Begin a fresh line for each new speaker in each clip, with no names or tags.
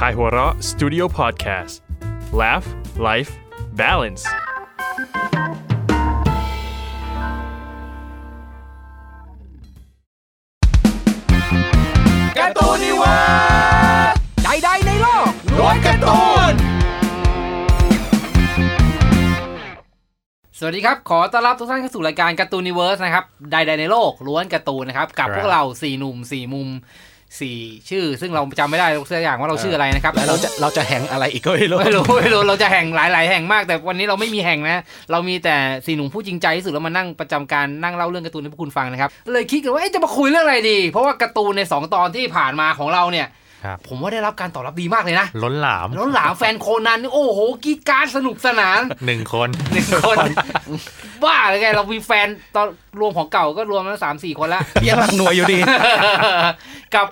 Kaihura Studio Podcast Laugh Life Balance
การ์ตูนนิวาใดๆในโลกล้วนการ์ตูน
สวัสดีครับ ขอต้อนรับทุกท่านเข้าสู่รายการการ์ตูนนิเวิร์สนะครับใดๆในโลกล้วนการ์ตูนนะครับ กับ
ครับ
พวกเราสี่หนุ่มสี่มุมสี่ชื่อ ซึ่งเราจำไม่ได้ทุกอย่างว่าเราชื่ออะไรนะครับ
แล้วเราจะเราจะแหงอะไรอีกก็ไม่รู้
ไม่รู้ไม่รู้เราจะแห่งหลาย ๆ แห่งมาก แต่วันนี้เราไม่มีแห่งนะ เรามีแต่สี่หนุ่มผู้จริงใจที่สุดแล้วมานั่งประจำการนั่งเล่าเรื่องการ์ตูนให้พวกคุณฟังนะครับเลยคิดกันว่าเอ๊ะจะมาคุยเรื่องอะไรดี เพราะว่าการ์ตูนในสองตอนที่ผ่านมาของเราเนี่ย
ครับ
ผมว่าได้รับการตอบรับดีมากเลยนะ
ล้นหลาม
แล้วหลามแฟนโคนันนี่โอ้โหกรีดกรารสนุกสนาน
หนึ่งคน
หนึ่งคน บ้าเลยไง เรามีแฟนตอนรวมของเก่าก็รวมแล้วสามสี่คนละ
ยังหลักหน่วยอยู่ดี
กับ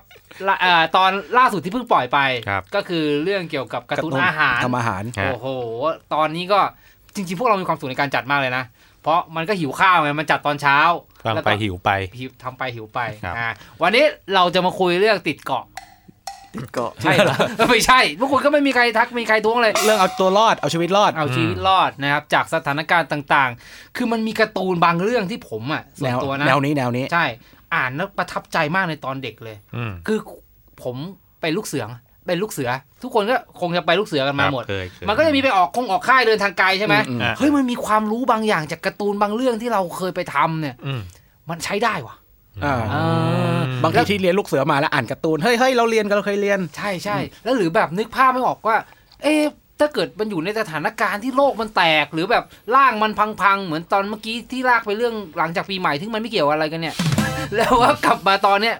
ละเอ่อตอนล่าสุดที่เพิ่งปล่อยไป
ครับ
ก็คือเรื่องเกี่ยวกับการ์ตูนอาหาร
ทำอาหาร
โอ้โห ตอนนี้ก็จริงๆ พวกเรามีความสุขในการจัดมากเลยนะ เพราะมันก็หิวข้าวไง มันจัดตอนเช้า
ฟัง
แล้ว
ไป
ก็
หิวไป
หิวทำไปหิวไป
ครับ
อ่าวันนี้เราจะมาคุยเรื่องติดเกาะ
ก็
ใช่เหรอ ไม่ใช่พวกคุณก็ไม่มีใครทักมีใครท้วงเลย
เรื่องเอาตัวรอดเอาชีวิตรอด
เอาชีวิตรอดนะครับ จากสถานการณ์ต่างๆ คือมันมีการ์ตูนบางเรื่องที่ผมอ่ะส่
แน
วน
ว
ตัวนะ
แนวนี้แนวนี้
ใช่ อ่านแล้วประทับใจมากในตอนเด็กเลย
อืม
คือผมเป็นลูกเสือเป็นลูกเสือ ทุกคนก็คงจะไปลูกเสือกันมาหมด
ครับเคยเคย
มันก็จะมีไปออกคงออกค่ายเดินทางไกลใช่ไหม
อืม
อ่ะ
เฮ้ยมันมีความรู้บางอย่างจากการ์ตูนบางเรื่องที่เราเคยไปทำเนี่ย
อืม
มันใช้ได้ว่ะ
อ่า
เออ
บางทีที่เรียนลูกเสือมาแล้วอ่านการ์ตูน เฮ้ยเฮ้ยเราเรียนกันเราเคยเรียน
ใช่ใช่แล้วหรือแบบนึกภาพไม่ออกว่า เอ๊ะถ้าเกิดมันอยู่ในสถานการณ์ที่โลกมันแตก หรือแบบร่างมันพังๆ เหมือนตอนเมื่อกี้ที่ลากไปเรื่องหลังจากปีใหม่ที่มันไม่เกี่ยวอะไรกันเนี่ย แล้วว่ากลับมาตอนเนี้ย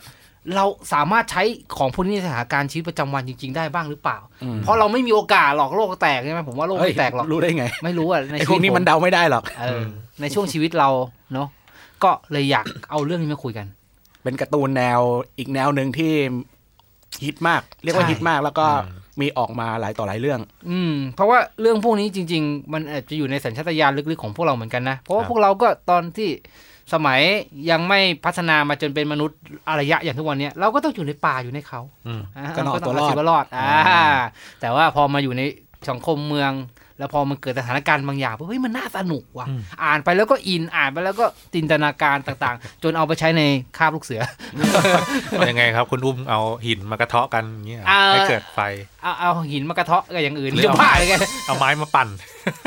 เราสามารถใช้ของพวกนี้ในสถานการณ์ชีวิตประจำวันจริง ๆ ได้บ้างหรือเปล่า
อืม
เพราะเราไม่มีโอกาสหรอกโลกแตกใช่ไหมผมว่าโลก
เฮ้ย
ไม่แตกหรอก
รู้ได้ไง
ไม่รู้อ่ะใน
ไอ้
ชี
พว
วิ
ก
ต
นี้
ผ
มันเดาไม่ได้หรอก
เออในช่วงชีวิตเราเนาะก็เลยอยากเอาเรื่องนี้มาคุยกัน
เป็นการ์ตูนแนวอีกแนวหนึ่งที่ฮิตมาก เรียกว่า
ใช่
ฮิตมากแล้วก็มีออกมาหลายต่อหลายเรื่อง
อืมเพราะว่าเรื่องพวกนี้จริง ๆ มันอาจจะอยู่ในสัญชาตญาณลึกๆของพวกเราเหมือนกันนะ เพราะว่าพวกเราก็ตอนที่สมัยยังไม่พัฒนามาจนเป็นมนุษย์อารยะอย่างทุกวันเนี้ยเราก็ต้องอยู่ในป่าอยู่ในเขา
อืม
า
ก็ต้องเอาตัวรอด
เาชีตรอดอ่าแต่ว่าพอมาอยู่ในสังคมเมือง แล้วพอมันเกิดสถานการณ์บางอย่างปุ๊บเฮ้ยมันน่าสนุกว่ะ อ่านไปแล้วก็อินอ่านไปแล้วก็จินตนาการต่างๆ จนเอาไปใช้ในคาบลูกเสือ
เป็นยังไงครับ คุณอุ้มเอาหินมากระเทาะกันอย่างเงี้ย
อ่า
ให้เกิดไฟ
เอาเอาหินมากระเทาะกับอย่างอื่น
หรือ
จะ
เอา
บ้าเลยไง
เอาไม้มาปั่น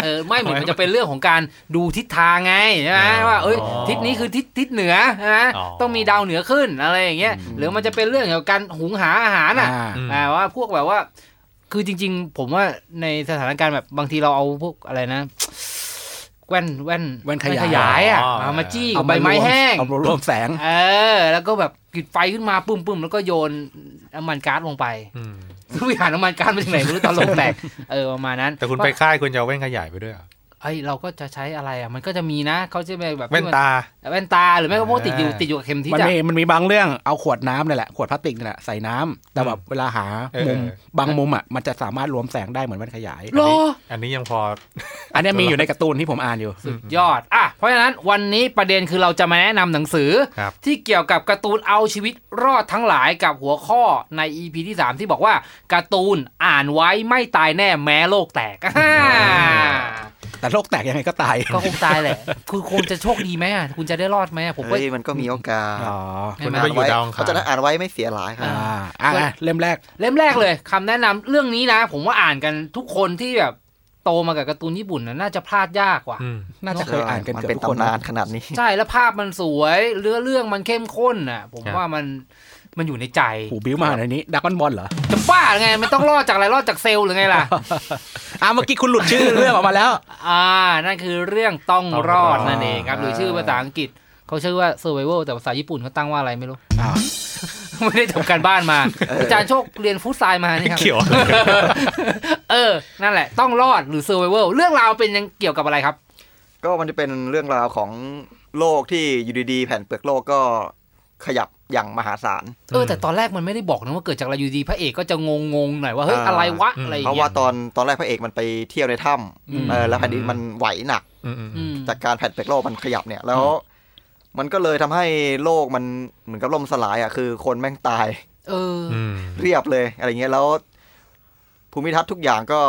เออไม่เหมือนมันจะเป็นเรื่องของการดูทิศทางไงใช่ไหม
อ๋อ
ว่าเอ้ยทิศนี้คือทิศทิศเหนือนะ
อ๋อ
ต้องมีดาวเหนือขึ้นอะไรอย่างเงี้ยหรือมันจะเป็นเรื่องเกี่ยวกับการหุงหาอาหารน่ะ
อ่า
อืม
อ่าว่าพวกแบบว่า คือจริง ๆ ผมว่าในสถานการณ์แบบบางทีเราเอาพวกอะไรนะ แว่นแว่น
แว่นขยาย
อ่ะ
อ๋อ
เอามาจี้
เอา
กับใบไม้แห้ง
เอามารวมแสง
เออ แล้วก็แบบจุดไฟขึ้นมาปุ้มปุ้มแล้วก็โยนน้ำมันก๊าซลงไป
อืม
รู้ไปหาน้ำมันก๊าซมาจากไหนไม่รู้ตอนลงแตกเออประมาณนั้น
แต่คุณไปค่ายคุณจะเอาแว่นขยายไปด้วยเหรอ
เอ้ยเราก็จะใช้อะไรอ่ะมันก็จะมีนะเขาจะเป็นแบบ
แว่นตา
ที่มันแว่นตาหรือไม่ก็พวกติดอยู่
อ่า
ติดอยู่กับเข็มทิศ
มัน
อะ
มีมันมีบางเรื่องเอาขวดน้ำนี่แหละขวดพลาสติกนี่แหละใส่น้ำแต่แบบเวลาหา
เออ
มุม
เออ
บางมุมอ่ะมันจะสามารถรวมแสงได้เหมือนแว่นขยาย
โล
อันนี้ยังพอ
อันเนี้ยมีอยู่ในการ์ตูนที่ผมอ่านอยู่
สุดยอดอ่ะเพราะฉะนั้นวันนี้ประเด็นคือเราจะมาแนะนำหนังสือ
ครับ
ที่เกี่ยวกับการ์ตูนเอาชีวิตรอดทั้งหลายกับหัวข้อใน EP ที่ 3 ที่บอกว่าการ์ตูนอ่านไว้ไม่ตายแน่แม้โลกแต กอ่า
แต่โลกแตกยังไงก็ตาย
ก็คงตายแหละคุณคงจะโชคดีไหมอะคุณจะได้รอดไหมอะผมก็
เฮ้ยมันก็มีโอกาส
อ๋อ
ไม่
คุณ
ไม่
ไปอยู่ดาวอังคา
เขาจะ
ร
อ่านไว้ไม่เสียหลายครั
อ่า
บ
อ่ะอ่ะเล่มแรก
เล่มแรกเลยคำแนะนำเรื่องนี้นะ ผมว่าอ่านกันทุกคนที่แบบโตมากับการ์ตูนญี่ปุ่นนะน่าจะพลาดยากว่ะ
อืม
น่าจะเคยอ่านกัน
มั
เกือบ
เป็น
ทุกคน
ตำนานขนาดนี้
ใช่แล้วภาพมันสวยเรื่องเรื่องมันเข้มข้นน่ะ ผม
ครับ
ว่ามันมันอยู่ในใจ
หูบิ้วมาในนี้ดักบอลเหรอ
จะบ้าหรือไงมันต้องรอดจากอะไรรอดจากเซลล์หรือไงล่ะ
อ่ะเมื่อกี้คุณหลุดชื่อเรื่องออกมาแล้ว
อ่า นั่นคือเรื่องต้องรอด
ต้องรอด
นั่นเองครับหรือชื่อภาษาอังกฤษเขาชื่อว่า survival แต่ภาษาญี่ปุ่นเขาตั้งว่าอะไรไม่รู้
อ้าว
ไม่ได้ทำการบ้านมา อาจารย์โชคเรียนฟุตซายมานี่ครับ
เกี่ยวอะไร
เออนั่นแหละ ต้องรอดหรือ survival เรื่องราวเป็นยังเกี่ยวกับอะไรครับ
ก็มันจะเป็นเรื่องราวของโลกที่อยู่ดีๆ แผ่นเปลือกโลกก็ขยับอย่างมหาศาล
เออแต่ตอนแรกมันไม่ได้บอกนะว่าเกิดจากอะไรอยู่ดีพระเอกก็จะงงงๆหน่อยว่าเฮ้ย
อ่า
อะไรวะ
อืม
อะไรอย่าง
เพราะ
เงี้
ว่าย ตอนตอนแรกพระเอกมันไปเที่ยวในถ้
อืม
ำเออแล้วแผ่นดินมันไหวหนัก
อืมอืม
อืม
จากการแผ่นเปลือกโลกมันขยับเนี่ย แล้ว มันก็เลยทำให้โลกมันเหมือนกับล่มสลายอ่ะคือ คนแม่งตาย
เออ
อืม
เรียบเลยอะไรเงี้ยแล้ว ภูมิทัศน์ทุกอย่างก็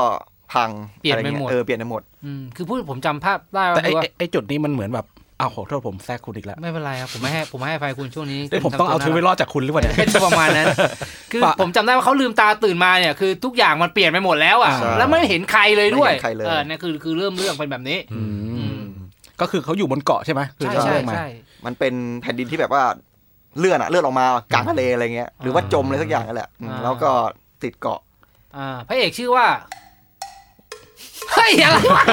พัง
เปลี่ยน
อะรงี้
ไปหมด
เออเปลี่ยนไปหมด
อืมคือพูดผมจำภาพได้
แต่
ว่าคือ
ไอ้
ว่า
ไอ้ไอ้จุดนี้มันเหมือนแบบอ้าวขอโทษผมแทรกคุณอีกแล้ว
ไม่เป็นไรครับผมไม่ให้ผมไม่ให้ไฟคุณช่วงนี้
เอ้ยผมต้องเอา
คุณ
เธอ
ทำ
ไป
ว
รอดจากคุณหรือเปล่าเนี่ย
น่ารัก ประมาณนั้น คือ
ปะ
ผมจำได้ว่าเขาลืมตาตื่นมาเนี่ยคือทุกอย่างมันเปลี่ยนไปหมดแล้วอ่ะ
ใช่
แล้วไม่เห็นใครเลยด้วย
ไม่เห็นใครเลย
ออเนี่ยคือคือเริ่มเรื่องเป็นแบบนี้
อื
อื
ม
ม
ก็คือเขาอยู่บนเกาะใช่ไหมคือ
ใช่
เล่า
ใช่
เรื่องมา
ใช่
มันเป็นแผ่นดินที่แบบว่าเลื่อนอะเลื่อนออกมากลางทะเลอะไรเงี้ยหรือว่าจมอะไรสักอย่างนั่นแหละอืม
อ่า
แล้วก็ติดเกาะ
อ่าพระเอกชื่อว่าเฮ้ยอะไรวะ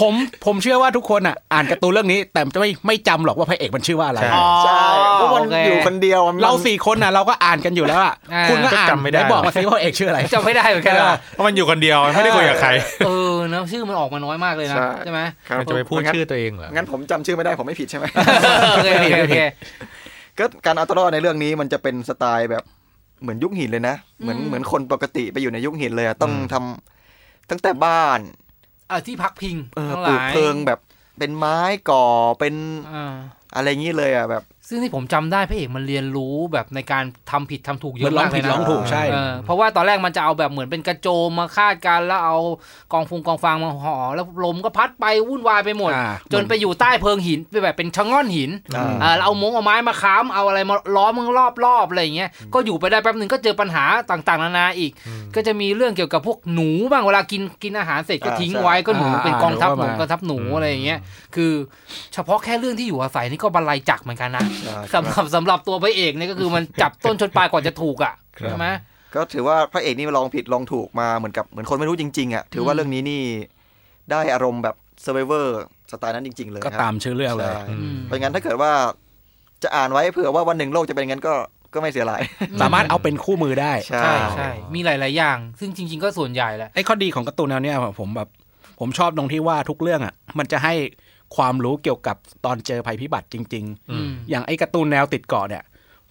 ผมผมเชื่อว่าทุกคนอ่ะอ่านการ์ตูนเรื่องนี้ แต่จะไม่ไม่จำหรอกว่าพระเอกมันชื่อว่าอะไร
ใช่
ใช่เพราะมัน
โเค
อยู่คนเดียวมัน
เราสี่คนน่ะเราก็อ่านกันอยู่แล้วอ่ะ
อ่า
คุณก็อ่าน
ก็จำไม่ได้
แล้วบอกมาสิว่าพระเอกชื่ออะไร
จำไม่ได้เหมือนกันว่ะ
เพราะมันอยู่คนเดียวไม่ได้คุยกับใคร
เออเนอะชื่อมันออกมาน้อยมากเลยนะ
ใช่
ใช่ไหม
ครับ
มันจะไปพูด
งั้น
ชื่อตัวเองเหรอ
งั้นผมจำชื่อไม่ได้ผมไม่ผิดใช่ไหม
โอเคโอเคโอเค
ก็การเอาตัวรอดในเรื่องนี้มันจะเป็นสไตล์แบบเหมือนยุคหินเลยนะ เหมือน
อืม
เหมือนคนปกติไปอยู่ในยุคหินเลยอะต้อง
อืม
ทำตั้งแต่บ้าน
อ่ะที่พักพิง
เออ
ทั้งห
ปลู
ลาก ย
เพิงแบบเป็นไม้ก่อเป็น
อ่า
อะไรงี้เลยอ่ะแบบ
ซึ่งที่ผมจำได้พระเอกมันเรียนรู้แบบในการทำผิดทำถูกเย
มั
อะ
นร้อ
มาง กเล
ผิด
ยนะ
ร้องถูกใช่
เออเพราะว่าตอนแรกมันจะเอาแบบเหมือนเป็นกระโจมมาคาดกันแล้วเอากองฟงกองฟางมาห่อแล้วลมก็พัดไปวุ่นวายไปหมด
อ่า
จนไปอยู่ใต้เพิงหินไปแบบเป็นชะง่อนหิน
อ่า
เออแล้วเอามงเอาไม้มาค้ำเอาอะไรมาล้อมมึงรอบๆอะไรอย่างเงี้ยก็อยู่ไปได้แป๊บหนึ่งก็เจอปัญหาต่างๆนานาอีก ก็จะมีเรื่องเกี่ยวกับพวกหนูบ้างเวลากินกินอาหารเสร็จก็
อ่า
ทิ้ง
ใช่
ไว้ก็หนู
อ่า
เป็นกองทัพหนู
หนูว่ามา
กองทัพหนู
อืม
อะไรอย่างเงี้ย คือเฉพาะแค่เรื่องที่อยู่อาศัยนี่ก็บรรลัยจักรเหมือนกันนะ
อ่า
สำหรับสำหรับตัวพระเอกเนี่ยก็คือมันจับต้นชนปลายกว่าจะถูกอ่ะ
ครับ
ใช่ไหม
ก็ถือว่าพระเอกนี่ลองผิดลองถูกมาเหมือนกับเหมือนคนไม่รู้จริงๆอ่ะถือว่า
อืม
เรื่องนี้นี่ได้อารมณ์แบบ survivor สไตล์นั้นจริง ๆ เลย
ก็
ครับ
ตามชื่อเรื่องเลย
ใช่
อืม
เพราะงั้นถ้าเกิดว่าจะอ่านไว้เผื่อว่าวันหนึ่งโลกจะเป็นอย่างนั้นก็ก็ไม่เสียหาย
สามารถเอาเป็นคู่มือได้
ใช่ใช่มีหลาย ๆ อย่าง ซึ่งจริง ๆ ก็ส่วนใหญ่แหละ
ไอ้ข้อดีของการ์ตูนแนวเนี้ยผมแบบ ผมชอบตรงที่ว่าทุกเรื่องอ่ะ มันจะให้ความรู้เกี่ยวกับตอนเจอภัยพิบัติจริง
อืม
ๆ อย่างไอ้การ์ตูนแนวติดเกาะเนี่ย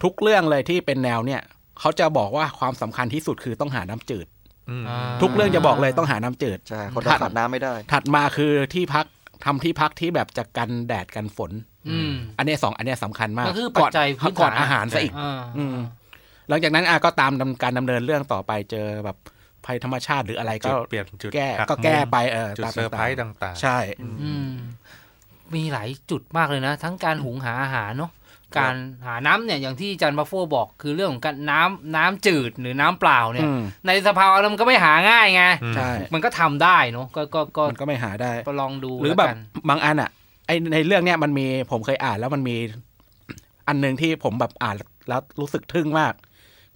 ทุกเรื่องเลยที่เป็นแนวเนี่ยเขาจะบอกว่าความสำคัญที่สุดคือต้องหาน้ำจืด
อืม
อ่า
ทุกเรื่องจะบอกเลยต้องหาน้ำจืด
ใช่คนเราขาดน้ำไม่ได้
ถัดมาคือที่พักทำที่พักที่แบบจะกันแดดกันฝน
อืม
อันเนี้ยสองอันเนี้ยสำคัญมาก
ก็คือปั
ก่
จ
อน
จัยพื้นฐาน
ก่อนอาหารซะอีก
อ่า
อืม หลังจากนั้นอ่ะก็ตามดำการดำเนินเรื่องต่อไปเจอแบบภัยธรรมชาติหรืออะไร
จุ
ก็
ดเปลี่ยนจุด
แก้
หั
ก็แก้
มุม
ไปเออ
จุด
ตาม
เซอร์ไพรส์
ต่าง
ต่าง
ๆใช่
อืมมีหลายจุดมากเลยนะ ทั้งการหุงหาอาหารเนาะการหาน้ำเนี่ยอย่างที่จันบัฟโฟบอกคือเรื่องของการน้ำน้ำจืดหรือน้ำเปล่าเนี่ย
อืม
ในสภาวะนั้นมันก็ไม่หาง่ายไง
อืม
ใช่
มันก็ทำได้เนอะก็ก็ก็
มันก็ไม่หาได้
ลองดู
หรือแบบ
ล้วกัน
บางอันอ่ะไอในเรื่องเนี้ยมันมีผมเคยอ่านแล้วมันมี อันหนึ่งที่ผมแบบอ่านแล้วรู้สึกทึ่งมาก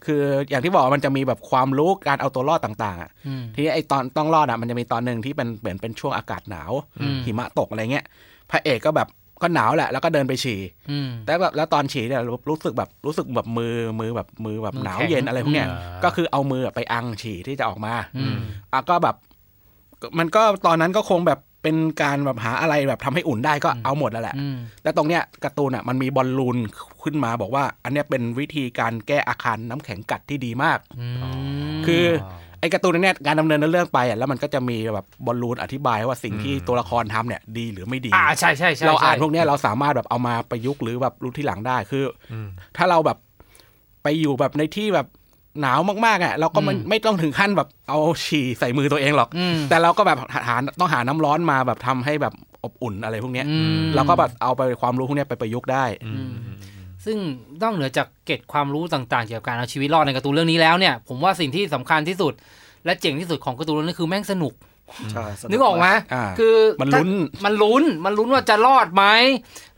คืออย่างที่บอกมันจะมีแบบความรู้การเอาตัวรอดต่างๆอะ
อืม
ทีนี้ไอตอนต้องรอดอ่ะมันจะมีตอนหนึ่งที่เป็นเหมือนเป็นช่วงอากาศหนาว
อืม
หิมะตกอะไรเงี้ยพระเอกก็แบบก็หนาวแหละแล้วก็เดินไปฉี่
อืม
แต่แบบแล้วตอนฉี่เนี่ยรู้รู้สึกแบบรู้สึกแบบมือมือแบบมือแบบ
มือ
หนาว
แข็ง
เย็นอะไรพวกเนี้ย
อ่า
ก็คือเอามือไปอังฉี่ที่จะออกมา
อืม
อ่ะก็แบบ มันก็ตอนนั้นก็คงแบบเป็นการแบบหาอะไรแบบทำให้อุ่นได้ก็เอาหมดแล้วแหละ
อืม
แต่ตรงเนี้ยการ์ตูนอ่ะมันมีบอลลูนขึ้นมาบอกว่า อันเนี้ยเป็นวิธีการแก้อาคารน้ำแข็งกัดที่ดีมาก คือ ไอ้การ์ตูนเนี่ยการดำเนินเรื่องไปอ่ะแล้วมันก็จะมีแบบบอลลูนอธิบายว่าสิ่งที่ตัวละครทำเนี่ยดีหรือไม่ดี
อ่าใช่ใช่ใช่
เราอ่าน
ใช่
พวกเนี้ยเราสามารถแบบเอามาประยุกต์หรือแบบรู้ที่หลังได้คืออ
ม
ถ้าเราแบบไปอยู่แบบในที่แบบหนาวมากๆอ่ะเราก็ไม่ไม่ต้องถึงขั้นแบบเอาฉี่ใส่มือตัวเองหรอก
อืม
แต่เราก็แบบหาต้องหาน้ำร้อนมาแบบทำให้แบบอบอุ่นอะไรพวกเนี้ย
อืม
เราก็แบบเอาไปความรู้พวกเนี้ยไปประยุกต์ได้
อืมอืม
ซึ่งนอกเหนือจากเกร็ดความรู้ต่างๆ เกี่ยวกับการเอาชีวิตรอดในการ์ตูนเรื่องนี้แล้วเนี่ย ผมว่าสิ่งที่สำคัญที่สุด และเจ๋งที่สุดของการ์ตูนเรื่องนี้คือแม่งสนุก
ใช่ส
นึกออกไหม
อ่า
คือ
มันลุ้น
ถ้ามันลุ้น มันลุ้นว่าจะรอดไหม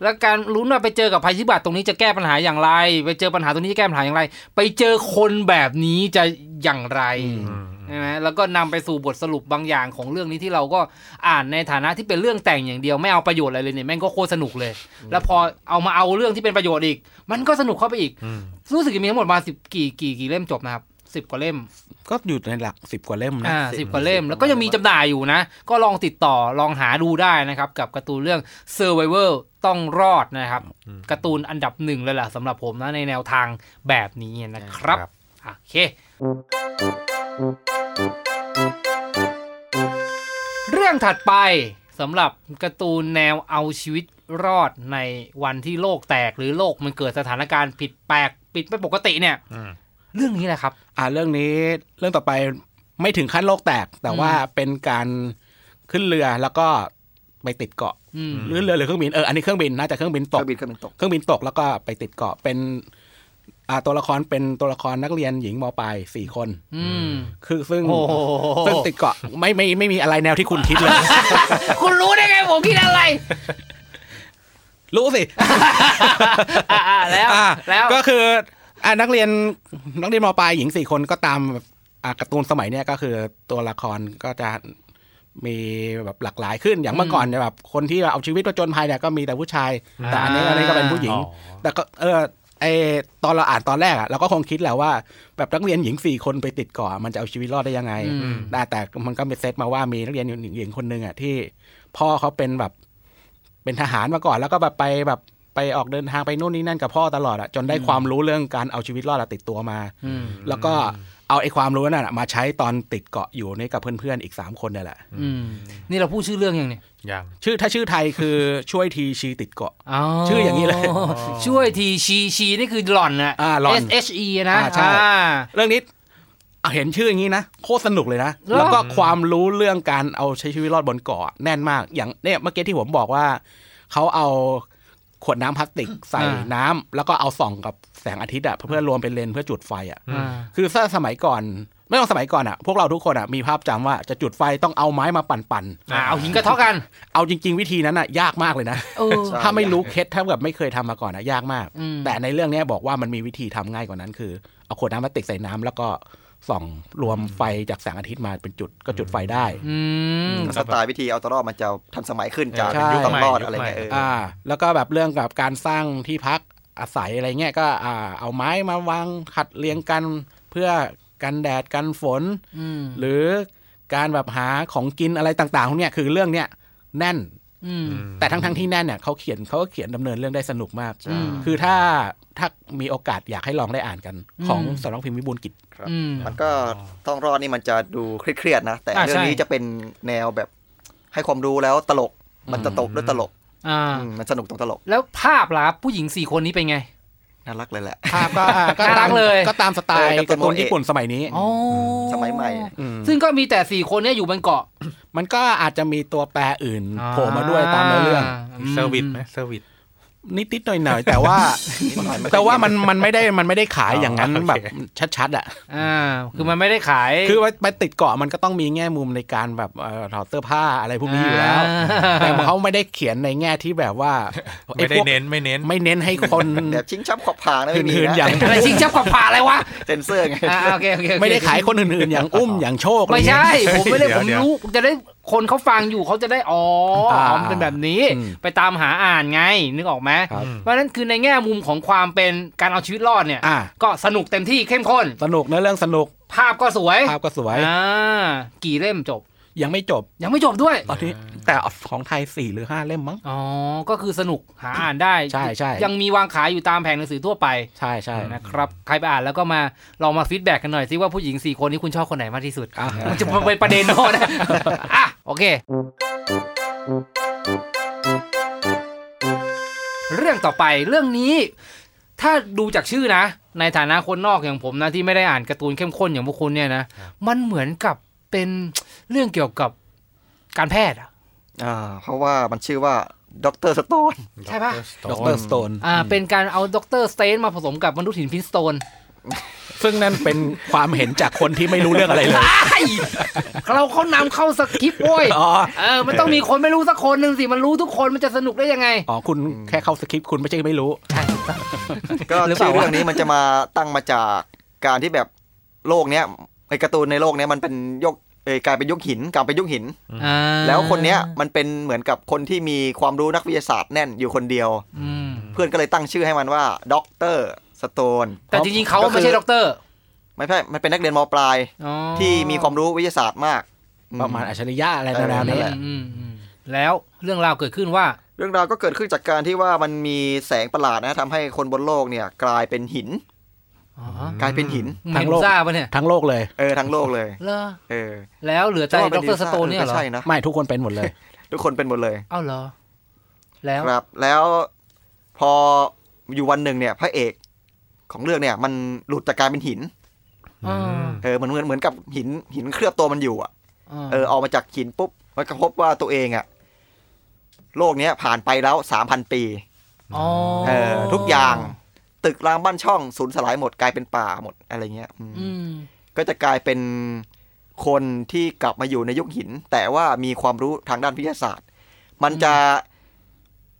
แล้วการลุ้นว่าไปเจอกับภัยพิบัติตรงนี้จะแก้ปัญหาอย่างไร ไปเจอปัญหาตรงนี้จะแก้ปัญหาอย่างไร ไปเจอคนแบบนี้จะอย่างไร
อืม
ใช่ไหมแล้วก็นำไปสู่บทสรุปบางอย่างของเรื่องนี้ที่เราก็อ่านในฐานะที่เป็นเรื่องแต่งอย่างเดียวไม่เอาประโยชน์อะไรเลยเนี่ยแม่งก็โคตรสนุกเลย แล้วพอเอามาเอาเรื่องที่เป็นประโยชน์อีก มันก็สนุกเข้าไปอีก
อืม
รู้สึกจะมีทั้งหมดมาสิบกี่กี่กี่เล่มจบนะครับสิบกว่าเล่ม
ก็อยู่ในหลักสิบกว่าเล่มนะ
อ่า
สิ
สิบบ กว่าเล่ม
สิบ
แล้วก็ยังมีจำหน่ายอยู่นะ ก็ลองติดต่อลองหาดูได้นะครับ กับการ์ตูนเรื่อง Survivor ต้องรอดนะครับการ์ตูนอันดับหนึ่งเลยล่ะสำหรับผมนะในแนวทางแบบนี้นะครับโอเค เรื่องถัดไปสำหรับการ์ตูนแนวเอาชีวิตรอดในวันที่โลกแตกหรือโลกมันเกิดสถานการณ์ผิดแปลกผิดไม่ปกติเนี่ย
อืม
เรื่องนี้แหละครับ
อ่าเรื่องนี้เรื่องต่อไป ไม่ถึงขั้นโลกแตก แต่ว่าเป็นการขึ้นเรือแล้วก็ไปติดเกาะ
อืม
หรือเรือหรือเครื่องบินเอออันนี้เครื่องบินน่าจะเครื่องบินต
เค
ก
รื่องบินเครื่องบินตก
เครื่องบินตกแล้วก็ไปติดเกาะเป็นอ่าตัวละครเป็นตัวละครนักเรียนหญิงมปลายสี่คน
อืม
คือซึ่ง
โอ้โห
ซึ่งติดเกาะไม่ไม่ไม่มีอะไรแนวที่คุณ คิดเลย
คุณรู้ได้ไงผมคิดอะไร
รู้สิ
อ่าๆแล้ว
อ่า
แล้ว
ก็คืออ่านักเรียนนักเรียนมปลายหญิงสี่คนก็ตามแบบอ่าการ์ตูนสมัยเนี้ยก็คือตัวละครก็จะมีแบบหลากหลายขึ้นอย่างเมื่อก่อนเนี่ยแบบคนที่เอาชีวิตประจนภัยเนี่ยก็มีแต่ผู้ชาย แต่อันนี้
อ่า
อันนี้ก็เป็นผู้หญิง
อ๋อ
แต่ก็เออไอตอนเราอ่านตอนแรกอะเราก็คงคิดแหละว่า แบบนักเรียนหญิงสี่คนไปติดเกาะมันจะเอาชีวิตรอดได้ยังไง
อืม
แต่แต่มันก็มีเซตมาว่ามีนักเรียนหญิงคนหนึ่งอ่ะที่พ่อเขาเป็นแบบเป็นทหารมาก่อน แล้วก็แบบไปแบบไปออกเดินทางไปนู่นนี่นั่นกับพ่อตลอดอ่ะจนได้ความรู้เรื่องการเอาชีวิตรอดอะติดตัวมา
อืม
แล้วก็เอาไอ้ความรู้นั่นอะมาใช้ตอนติดเกาะอยู่นี่กับเพื่อนๆอีกสามคนเนี่ยแหละ
อืมนี่เราพูดชื่อเรื่องยังเนี่ย
อย่าง
ชื่อถ้าชื่อไทยคือ ช่วยทีชีติดเกาะ ชื่ออย่างนี้
นี้
เลย
ช่วยทีชีชีนี่คือหล่อนอะ
อ่าหล่อน
น S H E นะ
อ่าใช่
อ่า
เรื่องนี้อ่ะเห็นชื่ออย่างนี้นะโคตรสนุกเลยนะ
เหรอ
แล้วก็ความรู้เรื่องการเอาใช้ชีวิตรอดบนเกาะแน่นมาก อย่างเนี่ยเมื่อกี้ที่ผมบอกว่าเขาเอาขวดน้ำพลาสติกใส่น้ำแล้วก็เอาส่องกับแสงอาทิตย์อะเพื่อรวมเป็นเลนส์เพื่อจุดไฟอะ
อ่า
คือถ้าสมัยก่อน ไม่ต้องสมัยก่อนอะพวกเราทุกคนอะมีภาพจำว่าจะจุดไฟต้องเอาไม้มาปั่น
อ่าเอาหินกระเทาะกัน
ๆ เอาจริง ๆ วิธีนั้นอะยากมากเลยนะ
เออ
ใช่
ถ้าไม่รู้เคล็ดถ้าแบบไม่เคยทำมาก่อนอะยากมาก
อืม
แต่ในเรื่องเนี้ยบอกว่ามันมีวิธีทำง่ายกว่านั้น คือเอาขวดน้ำพลาสติกใส่น้ำแล้วก็ส่องรวมไฟจากแสงอาทิตย์มาเป็นจุดก็จุดไฟได้
อืม
สไตล์วิธีเอาตัวรอดมันจะทันสมัยขึ้นจาก
ใช่
ต้องรอดอะไรเงี้ยเอออ
อ่า แล้วก็แบบเรื่องกับการสร้างที่พักอาศัยอะไรเงี้ยก็อ่าเอาไม้มาวางขัดเรียงกันเพื่อกันแดดกันฝน
อืม
หรือการแบบหาของกินอะไรต่างๆพวกเนี้ยคือเรื่องเนี้ยแน่น
อืม
แต่ทั้งทั้งๆที่แน่นเนี่ยเขาเขียนเขาก็เขียนดำเนินเรื่องได้สนุกมาก
ใช่
คือถ้าถ้ามีโอกาสอยากให้ลองได้อ่านกัน
อืม
ของสำนักพิมพ์วิบูลย์กิจ
ครับ
อืม
มันก็ต้องรอดนี่มันจะดูเครียดๆนะ แต่
อ่า
เรื่องนี้
ใช่
จะเป็นแนวแบบให้ความรู้แล้วตลก มันจะตกด้วยตลก
อ่า
อืมมันสนุกตรงตลก
แล้วภาพล่ะผู้หญิงสี่คนนี้เป็นไง
น่ารักเลยแหละ
ภาพก็ก็
น่ารั
ตาก ม
เลย
ก็ตามสไตล์
เออ
การ์ตูน
การ์ตูน
ญี่ปุ่นสมัยนี้
อ๋อ
สมัยใหม่
ม
ซึ่งก็มีแต่สี่คนเนี่ยอยู่บนเกาะ
มันก็อาจจะมีตัวแปรอื่นโผล่มาด้วยตามเนื้อเรื่อง
มีเซอร์วิสไหมเซอร์วิส
นิดๆหน่อยๆ แต่ว่า
นิดหน่อยมันก็
แต่ว่ามันมันไม่ได้มันไม่ได้ขายอย่างนั้น
อ๋อโอเค
แบบชัดๆอ่ะ
อ่า คือมันไม่ได้ขาย
คือว่าไปติดเกาะมันก็ต้องมีแง่มุมในการแบบเอ่อถอดเสื้อผ้าอะไรพวกนี้อยู่แล้ว
อ่า
แต่เขาไม่ได้เขียนในแง่ที่แบบว่า
ไม่ได้
อ้พวก
เน้นไม่เน้น
ไม่เน้นให้คน
แบบชิงช้ำขอบผางนะไม่มี
หืน
นะ
ๆอย่าง
อะไรชิงชับกับผ่าอะไรวะ
เซนเซอร์ไง
อ่าโอเคโอเคโอเค
ไม่ได้ขายคนอื่นๆ อย่างอุ้มอย่างโชคอะร
ไม่ใช่
เงี้ย
ผมไม่ได้
เดี๋
ผ
ยว
ม
เดี๋ยว
รู้จะได้คนเขาฟังอยู่เขาจะได้อ๋ออ๋อมันเป็นแบบนี้
อืม
ไปตามหาอ่านไง นึกออกไหม
ครับ
เพราะฉะนั้นคือในแง่มุมของความเป็นการเอาชีวิตรอดเนี่ย
อ่ะ
ก็สนุกเต็มที่เข้มข้น
สนุกนะเรื่องสนุก
ภาพก็สวย
ภาพก็สวย
อ่ากี่เล่มจบ
ยังไม่จบ
ยังไม่จบด้วย
ตอนนี้แต่ของไทยสี่หรือห้าเล่มมั้ง
อ๋อ ก็คือสนุกหาอ่านได้
ใช่ใช่
ยังมีวางขายอยู่ตามแผงหนังสือทั่วไป
ใช่ใช่นะ
นะครับ ใครไปอ่านแล้วก็มาลองมาฟีดแบ็กกันหน่อยสิว่าผู้หญิง 4 คนนี้คุณชอบคนไหนมากที่สุด
อ่ะ
มันจะเป็นประเด็นโน่นนะ อ่ะ โอเค เรื่องต่อไปเรื่องนี้ ถ้าดูจากชื่อนะ ในฐานะคนนอกอย่างผมนะ ที่ไม่ได้อ่านการ์ตูนเข้มข้นอย่างพวกคุณเนี่ยนะ มันเหมือนกับเป็นเรื่องเกี่ยวกับการแพทย์อะ
อ่า เพราะว่ามันชื่อว่าด็อกเตอร์สโตน
ใช่ปะ
ดรสโตน
อ่าเป็นการเอาด็อกเตอร์สเตนมาผสมกับมนุษย์หินพินสโตน
ซึ่งนั่นเป็นความเห็นจากคนที่ไม่รู้เรื่องอะไรเลย
เราเขานำเข้าสคริปต์โว้ย
อ๋อ
เออมันต้องมีคนไม่รู้สักคนหนึ่งสิมันรู้ทุกคนมันจะสนุกได้ยังไง
อ๋อ คุณแค่เข้าสคริปต์คุณไม่ใช่ไม่รู้
ก็
หรือเป
ชื่
ล่า
อ
วะ
เรื่องนี้มันจะมาตั้งมาจากการที่แบบโลกเนี้ยไอการ์ตูนในโลกเนี้ยมันเป็นยกเอยกลายเป็นยกหินกลายเป็นยกหิน
อ่า
แล้วคนเนี้ยมันเป็นเหมือนกับคนที่มีความรู้นักวิทยาศาสตร์แน่นอยู่คนเดียว
อืม
เพื่อนก็เลยตั้งชื่อให้มันว่าด็อกเตอร์สโตน
แต่จริงๆเขาไม่ใช่ด็อกเตอร์
ไม่ใช่มันเป็นนักเรียนมปลาย
อ๋อ
ที่มีความรู้วิทยาศาสตร์มากอื
ประมาณอัจฉริยะอะไรแนวๆ
นั่
นี้
นแหละ
อืมอืมแล้วเรื่องราวเกิดขึ้นว่า
เรื่องราวก็เกิดขึ้นจากการที่ว่ามันมีแสงประหลาดนะทำให้คนบนโลกเนี่ยกลายเป็นหิน
อ๋อก
ลายเป็นหิน
ทางโลกทราบปะเนี่ย
ทั้งโลกเลย
เออทั้งโลกเลย
เหรอ
เออ
แล้วเหลือแต่ด็อกเตอร์สโตนเนี่ยเหรอ
ใช่นะ
ไม่ทุกคนเป็นหมดเลย
ทุกคนเป็นหมดเลย
เอ้าเหรอ แล้ว
ครับ แล้วพออยู่วันหนึ่งเนี่ย พระเอกของเรื่องเนี่ย มันหลุดจากการเป็นหิน
เออ
เออเหมือนเหมือนเหมือนกับหินหินเคลือบตัวมันอยู่อ่ะ
เอ
เออ
อ
ออกมาจากหินปุ๊บมันก็พบว่าตัวเองอะโลกเนี้ยผ่านไปแล้วสามพันปี
อ๋อ
เออทุกอย่างตึกรามบ้านช่องสูญสลายหมดกลายเป็นป่าหมดอะไรเงี้ยอืม
อืม
ก็จะกลายเป็นคนที่กลับมาอยู่ในยุคหิน แต่ว่ามีความรู้ทางด้านวิทยาศาสตร์ มันจะ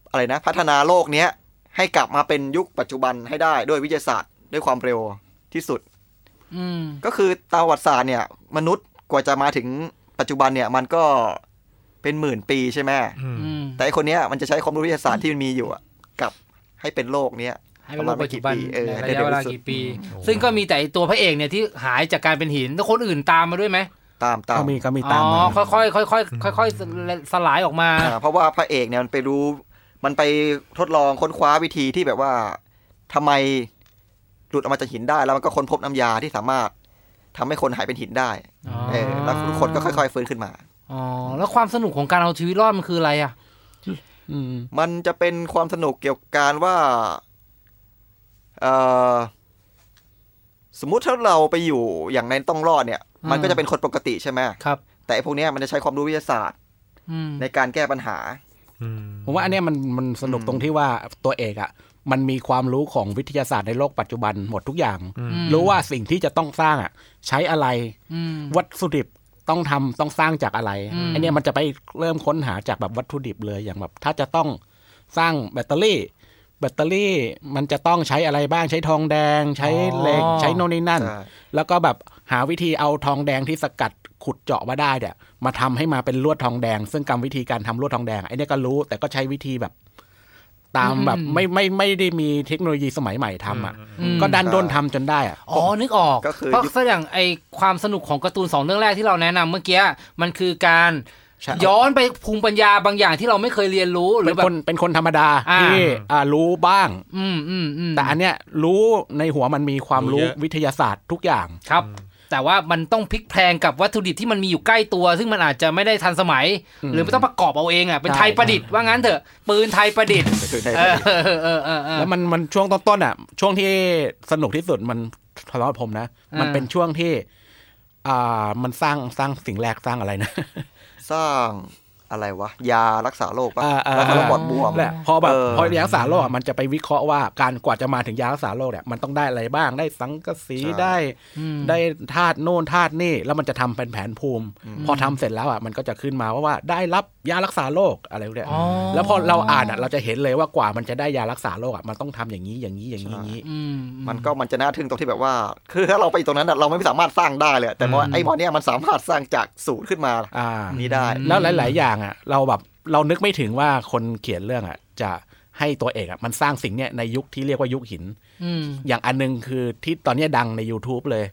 อะไรนะ พัฒนาโลกเนี้ยให้กลับมาเป็นยุคปัจจุบันให้ได้ด้วยวิทยาศาสตร์ด้วยความเร็วที่สุด
อืม
ก็คือตามประวัติศาสตร์เนี่ย มนุษย์กว่าจะมาถึงปัจจุบันเนี่ย มันก็เป็นหมื่นปีใช่ไหม
อืม
แต่ไอ้คนเนี้ยมันจะใช้ความรู้วิทยาศาสตร์ที่มันมีอยู่อะกลับให้เป็นโลกเนี้ย
ให้เป็นโลกปัจจุบัน
เออ
ในระยะเวลากี่ปี ซึ่งก็มีแต่ไอ้ตัวพระเอกเนี่ยที่หายจากการเป็นหินแล้วคนอื่นตามมาด้วยไหม
ตามตาม
ก็มีก็มี
อ๋
ตามมา
อค่อยๆค่อยๆค่อยๆสลายออกมา
อ่าเพราะว่าพระเอกเนี่ยมันไปรู้ มันไปทดลองค้นคว้าวิธีที่แบบว่าทำไมหลุดออกมาจากหินได้ แล้วมันก็ค้นพบน้ำยาที่สามารถทำให้คนหายเป็นหินได้เออแล้วทุกคนก็ค่อย ๆ ฟื้นขึ้นมา
อ๋อแล้วความสนุกของการเอาชีวิตรอดมันคืออะไรอ่ะ
อืม
มันจะเป็นความสนุกเกี่ยวกับการว่าเออสมมุติถ้าเราไปอยู่อย่างในต้องรอดเนี่ย มันก็จะเป็นคนปกติใช่ไหม
ครับ
แต่ไอ้พวกเนี้ยมันจะใช้ความรู้วิทยาศาสตร์
อืม
ในการแก้ปัญหา
ผมว่าอันเนี้ยมันมันสนุกตรงที่ว่าตัวเอกอะมันมีความรู้ของวิทยาศาสตร์ในโลกปัจจุบันหมดทุกอย่าง รู้ว่าสิ่งที่จะต้องสร้างอะใช้อะไร
อืม
วัตถุดิบต้องทำต้องสร้างจากอะไร
อืม
ไอันนี้มันจะไปเริ่มค้นหาจากแบบวัตถุดิบเลยอย่างแบบ ถ้าจะต้องสร้างแบตเตอรี่ แบตเตอรี่มันจะต้องใช้อะไรบ้างใช้ทองแดง ใช้เหล็กใช้โน่นนี่นั่น
ใช่
แล้วก็แบบหาวิธีเอาทองแดงที่สกัดขุดเจาะมาได้เนี่ยมาทำให้มาเป็นลวดทองแดง ซึ่งกรรมวิธีการทำลวดทองแดงไอ้เนี่ยก็รู้ แต่ก็ใช้วิธีแบบ ตามแบบไม่ไม่ไม่ได้มีเทคโนโลยีสมัยใหม่ทำอ่ะ
อืม
ก็ดันด้นทำจนได้อ่ะ
อ๋อ นึกออก
ก็คือ
เพราะแสดงไอความสนุกของการ์ตูนสองเรื่องแรกที่เราแนะนำเมื่อกี้มันคือการย้อนไปภูมิปัญญาบางอย่างที่เราไม่เคยเรียนรู้หรื
เป็
อน แบ
ค
บ
นเป็นคนธรรมดา
อ่า
ที่อ่ารู้บ้าง
อืมอืมอืม
แต่อันเนี้ยรู้ในหัวมันมีความ
รู้
รู้
เยอะ
วิทยาศาสตร์ทุกอย่าง
ครับ แต่ว่ามันต้องพลิกแพลงกับวัตถุดิบที่มันมีอยู่ใกล้ตัว ซึ่งมันอาจจะไม่ได้ทันสมัย หรือไม่ต้องประกอบเอาเองอ่ะเป็น
ใช่
ไทยประดิษฐ์ว่างั้นเถอะปืนไทยประดิษฐ์
คือใน
เออเออเออเออเออ
แล้วมันมันช่วงต้นๆอ่ะ ช่วงที่สนุกที่สุดมันทะเลาะผมนะ
อ่ามั
มันเป็นช่วงที่ อ่ามันสร้างสร้างสิ่งแรกสร้างอะไรนะ
สร้างอะไรวะ ยารักษาโรคปะ
อ่าอ่า
แล้วก็ระบอดบวม
แหละพอแบบ
เออ
พอยารักษาโรคอะมันจะไปวิเคราะห์ว่าการกว่าจะมาถึงยารักษาโรคเนี่ยมันต้องได้อะไรบ้างได้สังกะสีได้ได้ธาตุโน่นธาตุนี่ แล้วมันจะทำเป็นแผนภูมิ พอทำเสร็จแล้วอ่ะมันก็จะขึ้นมาว่าว่าได้รับยารักษาโรคอะไรพวกเนี่ย
อ๋อ
แล้วพอเราอ่านอ่ะเราจะเห็นเลยว่ากว่ามันจะได้ยารักษาโรคอ่ะมันต้องทำอย่างนี้อย่างนี้อย่างนี้อย่างนี้
อืมอืม
มันก็มันจะน่าทึ่งตรงที่แบบว่า คือถ้าเราไปอยู่ตรงนั้นอะเราไม่สามารถสร้างได้เลย แต่ว่าไอ้หมอเนี่ยมันสามารถสร้างจากศูนย์ขึ้นมา
อ่า
นี้ได้
แล้วหลาย ๆ อย่างอ่ะ เราแบบเรานึกไม่ถึงว่าคนเขียนเรื่องอ่ะ จะให้ตัวเอกอ่ะมันสร้างสิ่งเนี้ยในยุคที่เรียกว่ายุคหิน
อืม
อย่างอันนึงคือที่ตอนเนี้ยดังใน YouTube เลย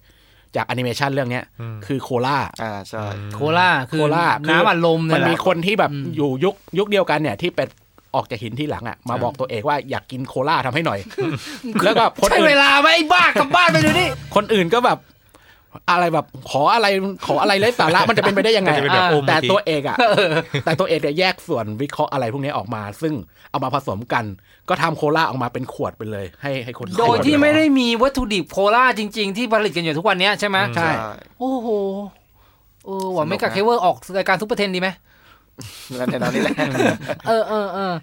จากแอนิเมชันเรื่องเนี้ยคือโคล่า
อ่าใช่
โคล่าคื
โค
อ
ล่า
น้ำอัดลม
มั
เนี่ย
น
แหละ
มีคนที่แบบ
อืม
อยู่ยุคยุคเดียวกันเนี่ยที่เป็นออกจากหินที่หลังอ่ะมาบอกตัวเอกว่าอยากกินโคล่าทำให้หน่อย แล้วก็คน
ใช่
อื่
เวน ลาไหมไอ้บ้ากลับบ้านไปเดูนี่
คนอื่นก็แบบอะไรแบบขออะไรขออะไรไร้สาระมันจะเป็นไปได้ยังไง
จะเป็นแบบอ
อ่ะ
ม
แต่
เมื่อกี้
ตัวเอกอ่ะ แต่ตัวเอกเนี่ยแยกส่วนวิเคราะห์อะไรพวกนี้ออกมา ซึ่งเอามาผสมกัน ก็ทำโคล่าออกมาเป็นขวดไปเลย ให้ให้คน
โดยที่ไม่ได้
ขว
มีวัตถุดิบโคล่าจริง ๆ ที่ผลิตกันอยู่ทุกวันเนี้ยใช่ไหม
ใช่
โอ้โหเออห
สนุก
วัง
นะ
ไม่กับเคเวอร์ออกรายการซุปเปอร์เทนดีไหม
แล้วในนั้นนี่แหละ
เออเออเออ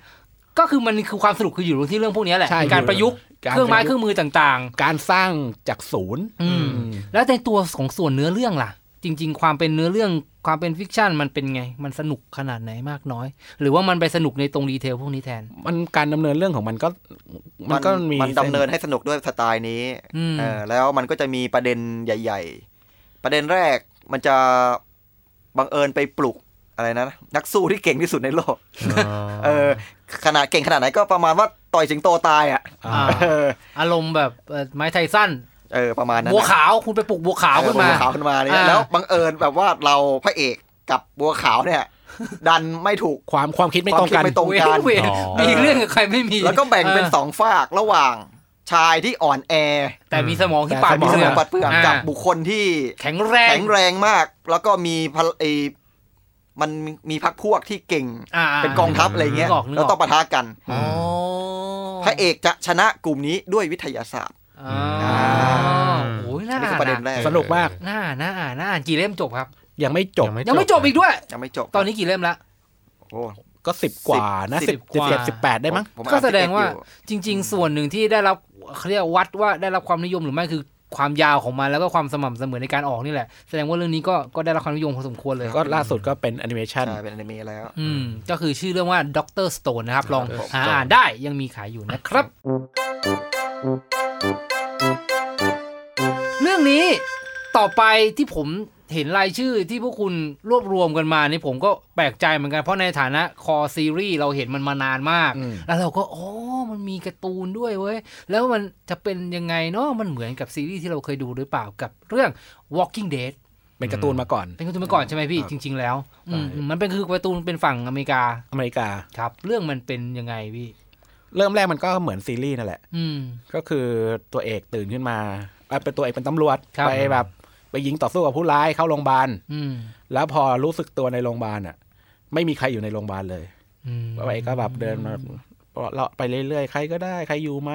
ก็คือมันคือความสนุกคืออยู่ที่เรื่องพวกเนี้ยแหละ
ใช่
มีการประยุกต์
การ
เครื่องไม้เครื่องมือต่าง
การสร้างจากศูนย์
ๆ อืม แล้วในตัวของส่วนเนื้อเรื่องล่ะ จริง ๆ ความเป็นเนื้อเรื่องความเป็นฟิกชันมันเป็นไง มันสนุกขนาดไหนมากน้อย หรือว่ามันไปสนุกในตรงดีเทลพวกนี้แทน
มันการดำเนินเรื่องของมันก็ มันก็มี
มันดำเนินให้สนุกด้วยสไตล์นี้
อืม
เออแล้วมันก็จะมีประเด็นใหญ่ ๆ ประเด็นแรกมันจะบังเอิญไปปลุกอะไรนะ นักสู้ที่เก่งที่สุดในโลก เออขนาดเก่งขนาดไหนก็ประมาณว่าต่อยสิงโตตายอ่ะ
อ่า
เออ
อารมณ์แบบเอ่อไม้ไทสัน
เออประมาณนั้น
บัว
น่ะ
ขาวคุณไปปลูกบัวขาวขึ้นมา
เออบัวขาวขึ้นมาเนี่ย
อ่า
แล้วบังเอิญแบบว่าเราพระเอกกับบัวขาวเนี่ย ดันไม่ถูก
ความความคิดไม่ตรงกัน
ความคิดไม่ตรง
เวรเวร
อ๋อ
มีเรื่องกับใครไม่มี
แล้วก็แบ่งเป็น
ออ
สองฝากระหว่างชายที่อ่อนแอ
แต่มีสมองที่
แต่
ปาด
มีสมอง
เปลื
ปัดเปลืองกับบุคคลที่
แข็งแรง
แข็งแรงมาก แล้วก็มีพลไอมันมีพักพวกที่เก่ง
อ่า
เป็นกองทัพอะไรเงี้ย
นึกออกนึกออก
แล้วต้องปะทะกัน
อ๋อ
พระเอกจะชนะกลุ่มนี้ด้วยวิทยาศาสตร์
อ๋อโอ้ยน่า า
นี่คือประเด็นแรก
สนุกมาก
น่าน่าอ่านน่าอ่านกี่เล่มจบครับ
ยังไม่จบ
ยังไม่จบอีกด้วย
ยังไม่จบ
ตอนนี้กี่เล่มละ
โอ้
ก็สิบกว่านะ
สิ
สิ
บ
บ
กว่า
เจ็ดสิบแปดได้มั้ง
ผมอ่น
ก็แสดงว่า
11อยู่
จริง ๆ ส่วนหนึ่งที่ได้รับเขาเรียกวัดว่าได้รับความนิยมหรือไม่คือความยาวของมันแล้วก็ความสม่ำเสมอในการออกนี่แหละ แสดงว่าเรื่องนี้ก็ก็ได้รับความนิยมพอสมควรเลย
ก็ล่าสุดก็เป็นแอนิเมชัน
ใช่เป็นอนิเมะแล้ว
อืมก็คือชื่อเรื่องว่าด็อกเตอร์สโตนนะครับ ลอง
Dr. Stone
หาอ่านได้ยังมีขายอยู่นะครับ เรื่องนี้ต่อไปที่ผมเห็นรายชื่อที่พวกคุณรวบรวมกันมานี่ผมก็แปลกใจเหมือนกันเพราะในฐานะคอซีรีส์เราเห็นมันมานานมาก
อืม
แล้วเราก็อ๋อมันมีการ์ตูนด้วยเว้ย แล้วมันจะเป็นยังไงเนาะ มันเหมือนกับซีรีส์ที่เราเคยดูหรือเปล่ากับเรื่อง Walking Dead
เป็นการ์ตูนมาก่อน
เป็นการ์ตูนมาก่อนใช่ไหมพี่ จริง ๆ แล้วอืม
ใช่
อืมมันเป็นคือการ์ตูนเป็นฝั่งอเมริกา
อเมริกา
ครับ เรื่องมันเป็นยังไงพี่
เริ่มแรกมันก็เหมือนซีรีส์นั่นแหละ
อืม
ก็คือตัวเอกตื่นขึ้นมาเอ่อเป็นตัวเอกเป็นตำรวจ
ครับ
ไปแบบไปยิงต่อสู้กับผู้ร้ายเข้าโรงพยาบาล
อืม
แล้วพอรู้สึกตัวในโรงพยาบาลอ่ะ ไม่มีใครอยู่ในโรงพยาบาลเลย
อืม
ตัวเอกก็แบบเดินมาเลาะไปเรื่อยๆใครก็ได้ใครอยู่ไหม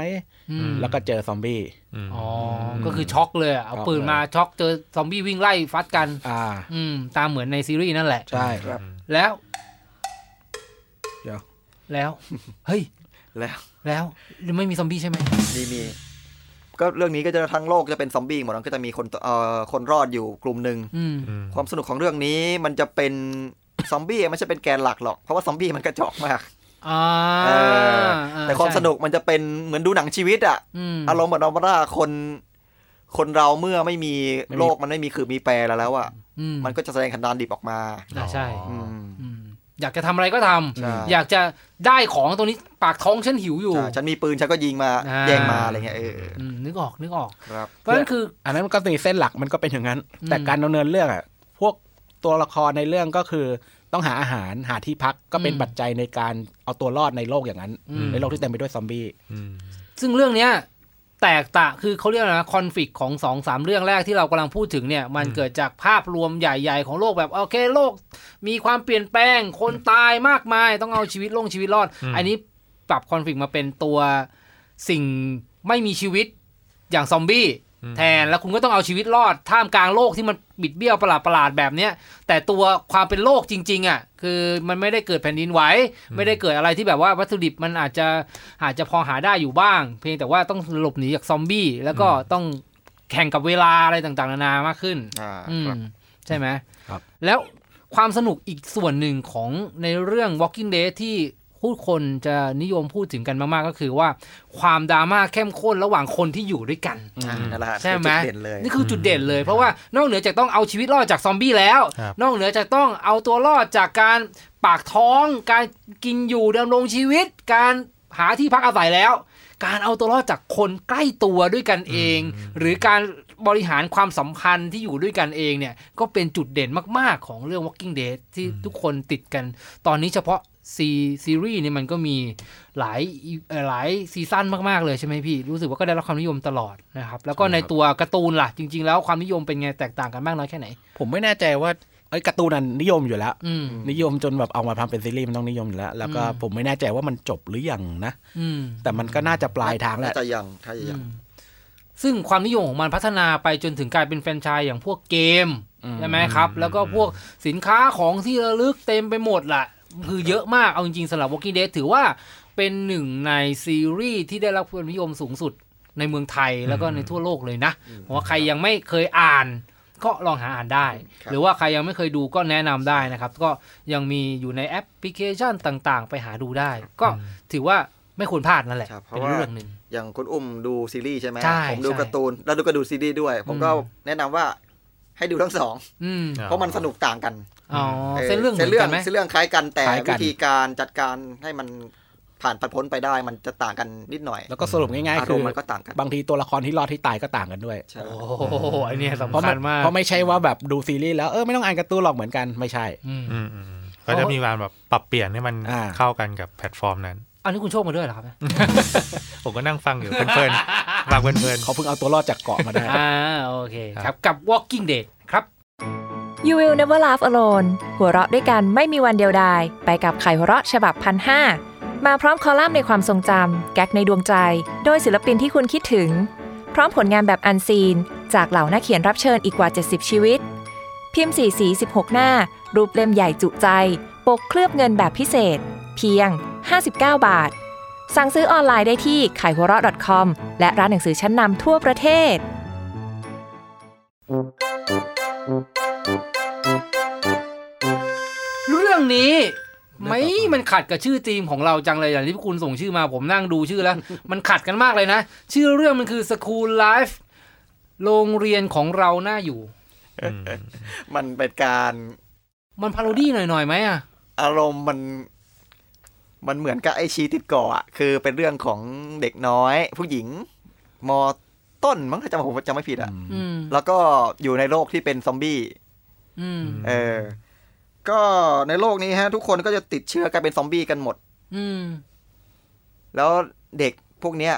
อืม
แล้วก็เจอซอมบี้
ม
อ๋ออก็คือช็อกเลยอะเอาปืนมาช็อกเจอซอมบี้วิ่งไล่ฟัดกัน
อ่า
อืม ตามเหมือนในซีรีส์นั่นแหละ
ใช่
ครับ
แล้ว
เดี๋ยว
แล้ว เฮ้ย
แล้ว
แล้วหรือไม่มีซอมบี้ใช่ไหม
มีมี ก็เรื่องนี้ก็จะทั้งโลกจะเป็นซอมบี้หมดแล้วก็จะมีคนเอ่อคนรอดอยู่กลุ่มหนึ่ง
อืม
อืม
ความสนุกของเรื่องนี้มันจะเป็น ซอมบี้มันจะเป็นแกนหลักหรอก เพราะว่าซอมบี้มันกระจอกมาก
อ่า
เออ
อ่
แต่ความ
ใช่
สนุกมันจะเป็นเหมือนดูหนังชีวิตอะ
ม
อารมณ์เหมือนเราว่าคน คนเราเมื่อไม่มี
ไม่มี
โลกมันไม่มีคือมีแปรแล้วแล้วอะ
อืม
มันก็จะแสดงขันดานดิบออกมา
อ่าใช่
อืม
อืมอยากจะทำอะไรก็ทำ
ใช่
อยากจะได้ของตรงนี้ปากท้องฉันหิวอยู่
ใช่ฉันมีปืนฉันก็ยิงมา
อ่า
แย่งมาอะไรเงี้ยเออ
อืมนึกออกนึกออก
ครับ
เพราะฉะนั้นคือ
อันนั้นมันก็มีเส้นหลักมันก็เป็นอย่างนั้น
อืม
แต่การดำเนินเรื่องอ่ะพวกตัวละครในเรื่องก็คือต้องหาอาหารหาที่พักก็เป็นปัจจัยในการเอาตัวรอดในโลกอย่างนั้น ในโลกที่เต็มไปด้วยซอมบี้
อืม
ซึ่งเรื่องเนี้ยแตกต่างคือเขาเรียกอะไรนะคอนฟ lict ของสองสามเรื่องแรกที่เรากำลังพูดถึงเนี่ย มันเกิดจากภาพรวมใหญ่ ๆ ของโลกแบบโอเคโลก มีความเปลี่ยนแปลงคนตายมากมาย ต้องเอาชีวิตลงชีวิตรอด อันนี้ปรับคอนฟ lict มาเป็นตัวสิ่งไม่มีชีวิตอย่างซอมบี้แทนแล้วคุณก็ต้องเอาชีวิตรอด ท่ามกลางโลกที่มันบิดเบี้ยวประหลาดประหลาดๆแบบเนี้ย แต่ตัวความเป็นโลกจริง ๆอ่ะคือมันไม่ได้เกิดแผ่นดินไหวไม่ได้เกิดอะไรที่แบบว่าวัตถุดิบมันอาจจะ อาจจะพอหาได้อยู่บ้าง เพียงแต่ว่าต้องหลบหนีจากซอมบี้ แล้วก็ต้องแข่งกับเวลาอะไรต่างๆ นานามากขึ้น
อ่า
อืม
ครับ
ใช่ไหม
ครับ
แล้วความสนุกอีกส่วนหนึ่งของในเรื่อง Walking Dead ที่ผู้คนจะนิยมพูดถึงกันมาก ๆ ก็คือว่าความดราม่าเข้มข้นระหว่างคนที่อยู่ด้วยกัน
อ่านั่นแหละฮะ
ใช่ไหม
จุดเด่นเลย
นี่คือจุดเด่นเลย เพราะว่านอกเหนือจากต้องเอาชีวิตรอดจากซอมบี้แล้ว นอกเหนือจากต้องเอาตัวรอดจากการปากท้อง การกินอยู่ดำรงชีวิต การหาที่พักอาศัยแล้ว การเอาตัวรอดจากคนใกล้ตัวด้วยกันเอง หรือการบริหารความสัมพันธ์ที่อยู่ด้วยกันเองเนี่ยก็เป็นจุดเด่นมากๆของเรื่อง Walking Dead ที่ทุกคนติดกัน ตอนนี้เฉพาะซีซีรีส์เนี่ยมันก็มีหลายเอ่อหลายซีซั่นมาก ๆ เลยใช่ไหมพี่ รู้สึกว่าก็ได้รับความนิยมตลอดนะครับ แล้วก็ในตัวการ์ตูนล่ะ จริง ๆ แล้วความนิยมเป็นไงแตกต่างกันมากน้อยแค่ไหน
ผมไม่แน่ใจว่าไอ้ยการ์ตูนนั้นนิยมอยู่แล้ว
อืม
นิยมจนแบบเอามาทำเป็นซีรีส์มันต้องนิยมอยู่แล้ว แล้วก็
อืม
ผมไม่แน่ใจว่ามันจบหรือยังนะ
อืม
แต่มันก็น่าจะปลายทางแหละ
ถ้าจะยังถ้าจะยัง
ซึ่งความนิยมของมันพัฒนาไปจนถึงกลายเป็นแฟรนไชส์อย่างพวกเกมใช่ไหมครับ แล้วก็พวกสินค้าของที่ระลึกเต็มไปหมดล่ะ คือเยอะมาก เอาจริงๆสำหรับ Walking Dead ถือว่าเป็นหนึ่งในซีรีส์ที่ได้รับความนิยมสูงสุดในเมืองไทยแล้วก็ในทั่วโลกเลยนะเพราะว่าใครยังไม่เคยอ่าน ก็ลองหาอ่านได้
ครับ
หรือว่าใครยังไม่เคยดูก็แนะนำได้นะครับ ก็ยังมีอยู่ในแอปพลิเคชันต่างๆ ไปหาดูได้ ก็ถือว่าไม่ควรพลาดนั่นแหละ
ครับเพ
เป็
ราะ
น
ว่า
เรื่องหนึ่ง
อย่างคุณอุ้มดูซีรีส์ใช่ไหม
ใช่
ผมดู
ใช่
การ์ตูนแล้วดูก็ดูซีรีส์ด้วย ผมก็
อืม
แนะนำว่าให้ดูทั้งสอง
อืม
เพราะมันสนุกต่างกัน
อ๋อเส้นเรื่องเหมือน น
เส้เรื่อ
กั
ง
นไหม
เส้นเรื่องคล้ายกันแต่
คล้ายกัน
วิธีการจัดการให้มันผ่านปัดพ้นไปได้ มันจะต่างกันนิดหน่อย
แล้วก็สรุปง่าย
อา
ๆ
ร
คื
ม
อ
ณ์มันก็ต่างกัน
บางทีตัวละครที่รอดที่ตายก็ต่างกันด้วย
ใช่
โอ้โหไอันนี้
เพ
สำ
ราะ
คั
มั
ญ
น
มาก
เพราะไม่ใช่ว่าแบบดูซีรีส์แล้วเออไม่ต้องอ่านการ์ตูนหรอกเหมือนกันไม่ใช่
อืม
อืมอืมก็จะมีการแบบปรับเปลี่ยนให้มัน
อ่า
เข้ากันกับแพลตฟอร์มนั้น
อันนี้คุณโชคมาด้วยเหรอครับเนี่ย
ผมก็นั่งฟังอยู่เพลินๆฟังเพลิน
เขาเพิ่งเอาตัวรอดจากเกาะมาได้
อ่าโอเคครับกับ Walking Dead ครับ
You will never laugh alone หัวเราะด้วยกันไม่มีวันเดียวดาย ไปกับไข่หัวเราะฉบับพันห้ามาพร้อมคอลัมน์ในความทรงจำ แก๊กในดวงใจ โดยศิลปินที่คุณคิดถึง พร้อมผลงานแบบอันซีน จากเหล่านักเขียนรับเชิญอีกกว่า 70 ชีวิต พิมพ์สีสี 16 หน้า รูปเล่มใหญ่จุใจ ปกเคลือบเงินแบบพิเศษ เพียง 59 บาท สั่งซื้อออนไลน์ได้ที่ขายหัวเราะ .com และร้านหนังสือชั้นนำทั่วประเทศ
เรื่องนี้ ไม่มันขัดกับชื่อธีมของเราจังเลยอย่างที่พวกคุณส่งชื่อมาผมนั่งดูชื่อแล้ว มันขัดกันมากเลยนะ ชื่อเรื่องมันคือ School Life โรงเรียนของเราหน้าอยู่
มันเป็นการ
มันพาโรดี้หน่อยๆไหมอ่ะ
อารมณ์มัน มันเหมือนกับไอชีติดเก่ออะคือเป็นเรื่องของเด็กน้อย ผู้หญิงมต้นมั้งถ้าจำผมจำไม่ผิดอะ
อืม
แล้วก็อยู่ในโลกที่เป็นซอมบี้
อืม
เออ ก็ในโลกนี้ฮะ ทุกคนก็จะติดเชื้อกลายเป็นซอมบี้กันหมด
อืม
แล้วเด็กพวกเนี้ย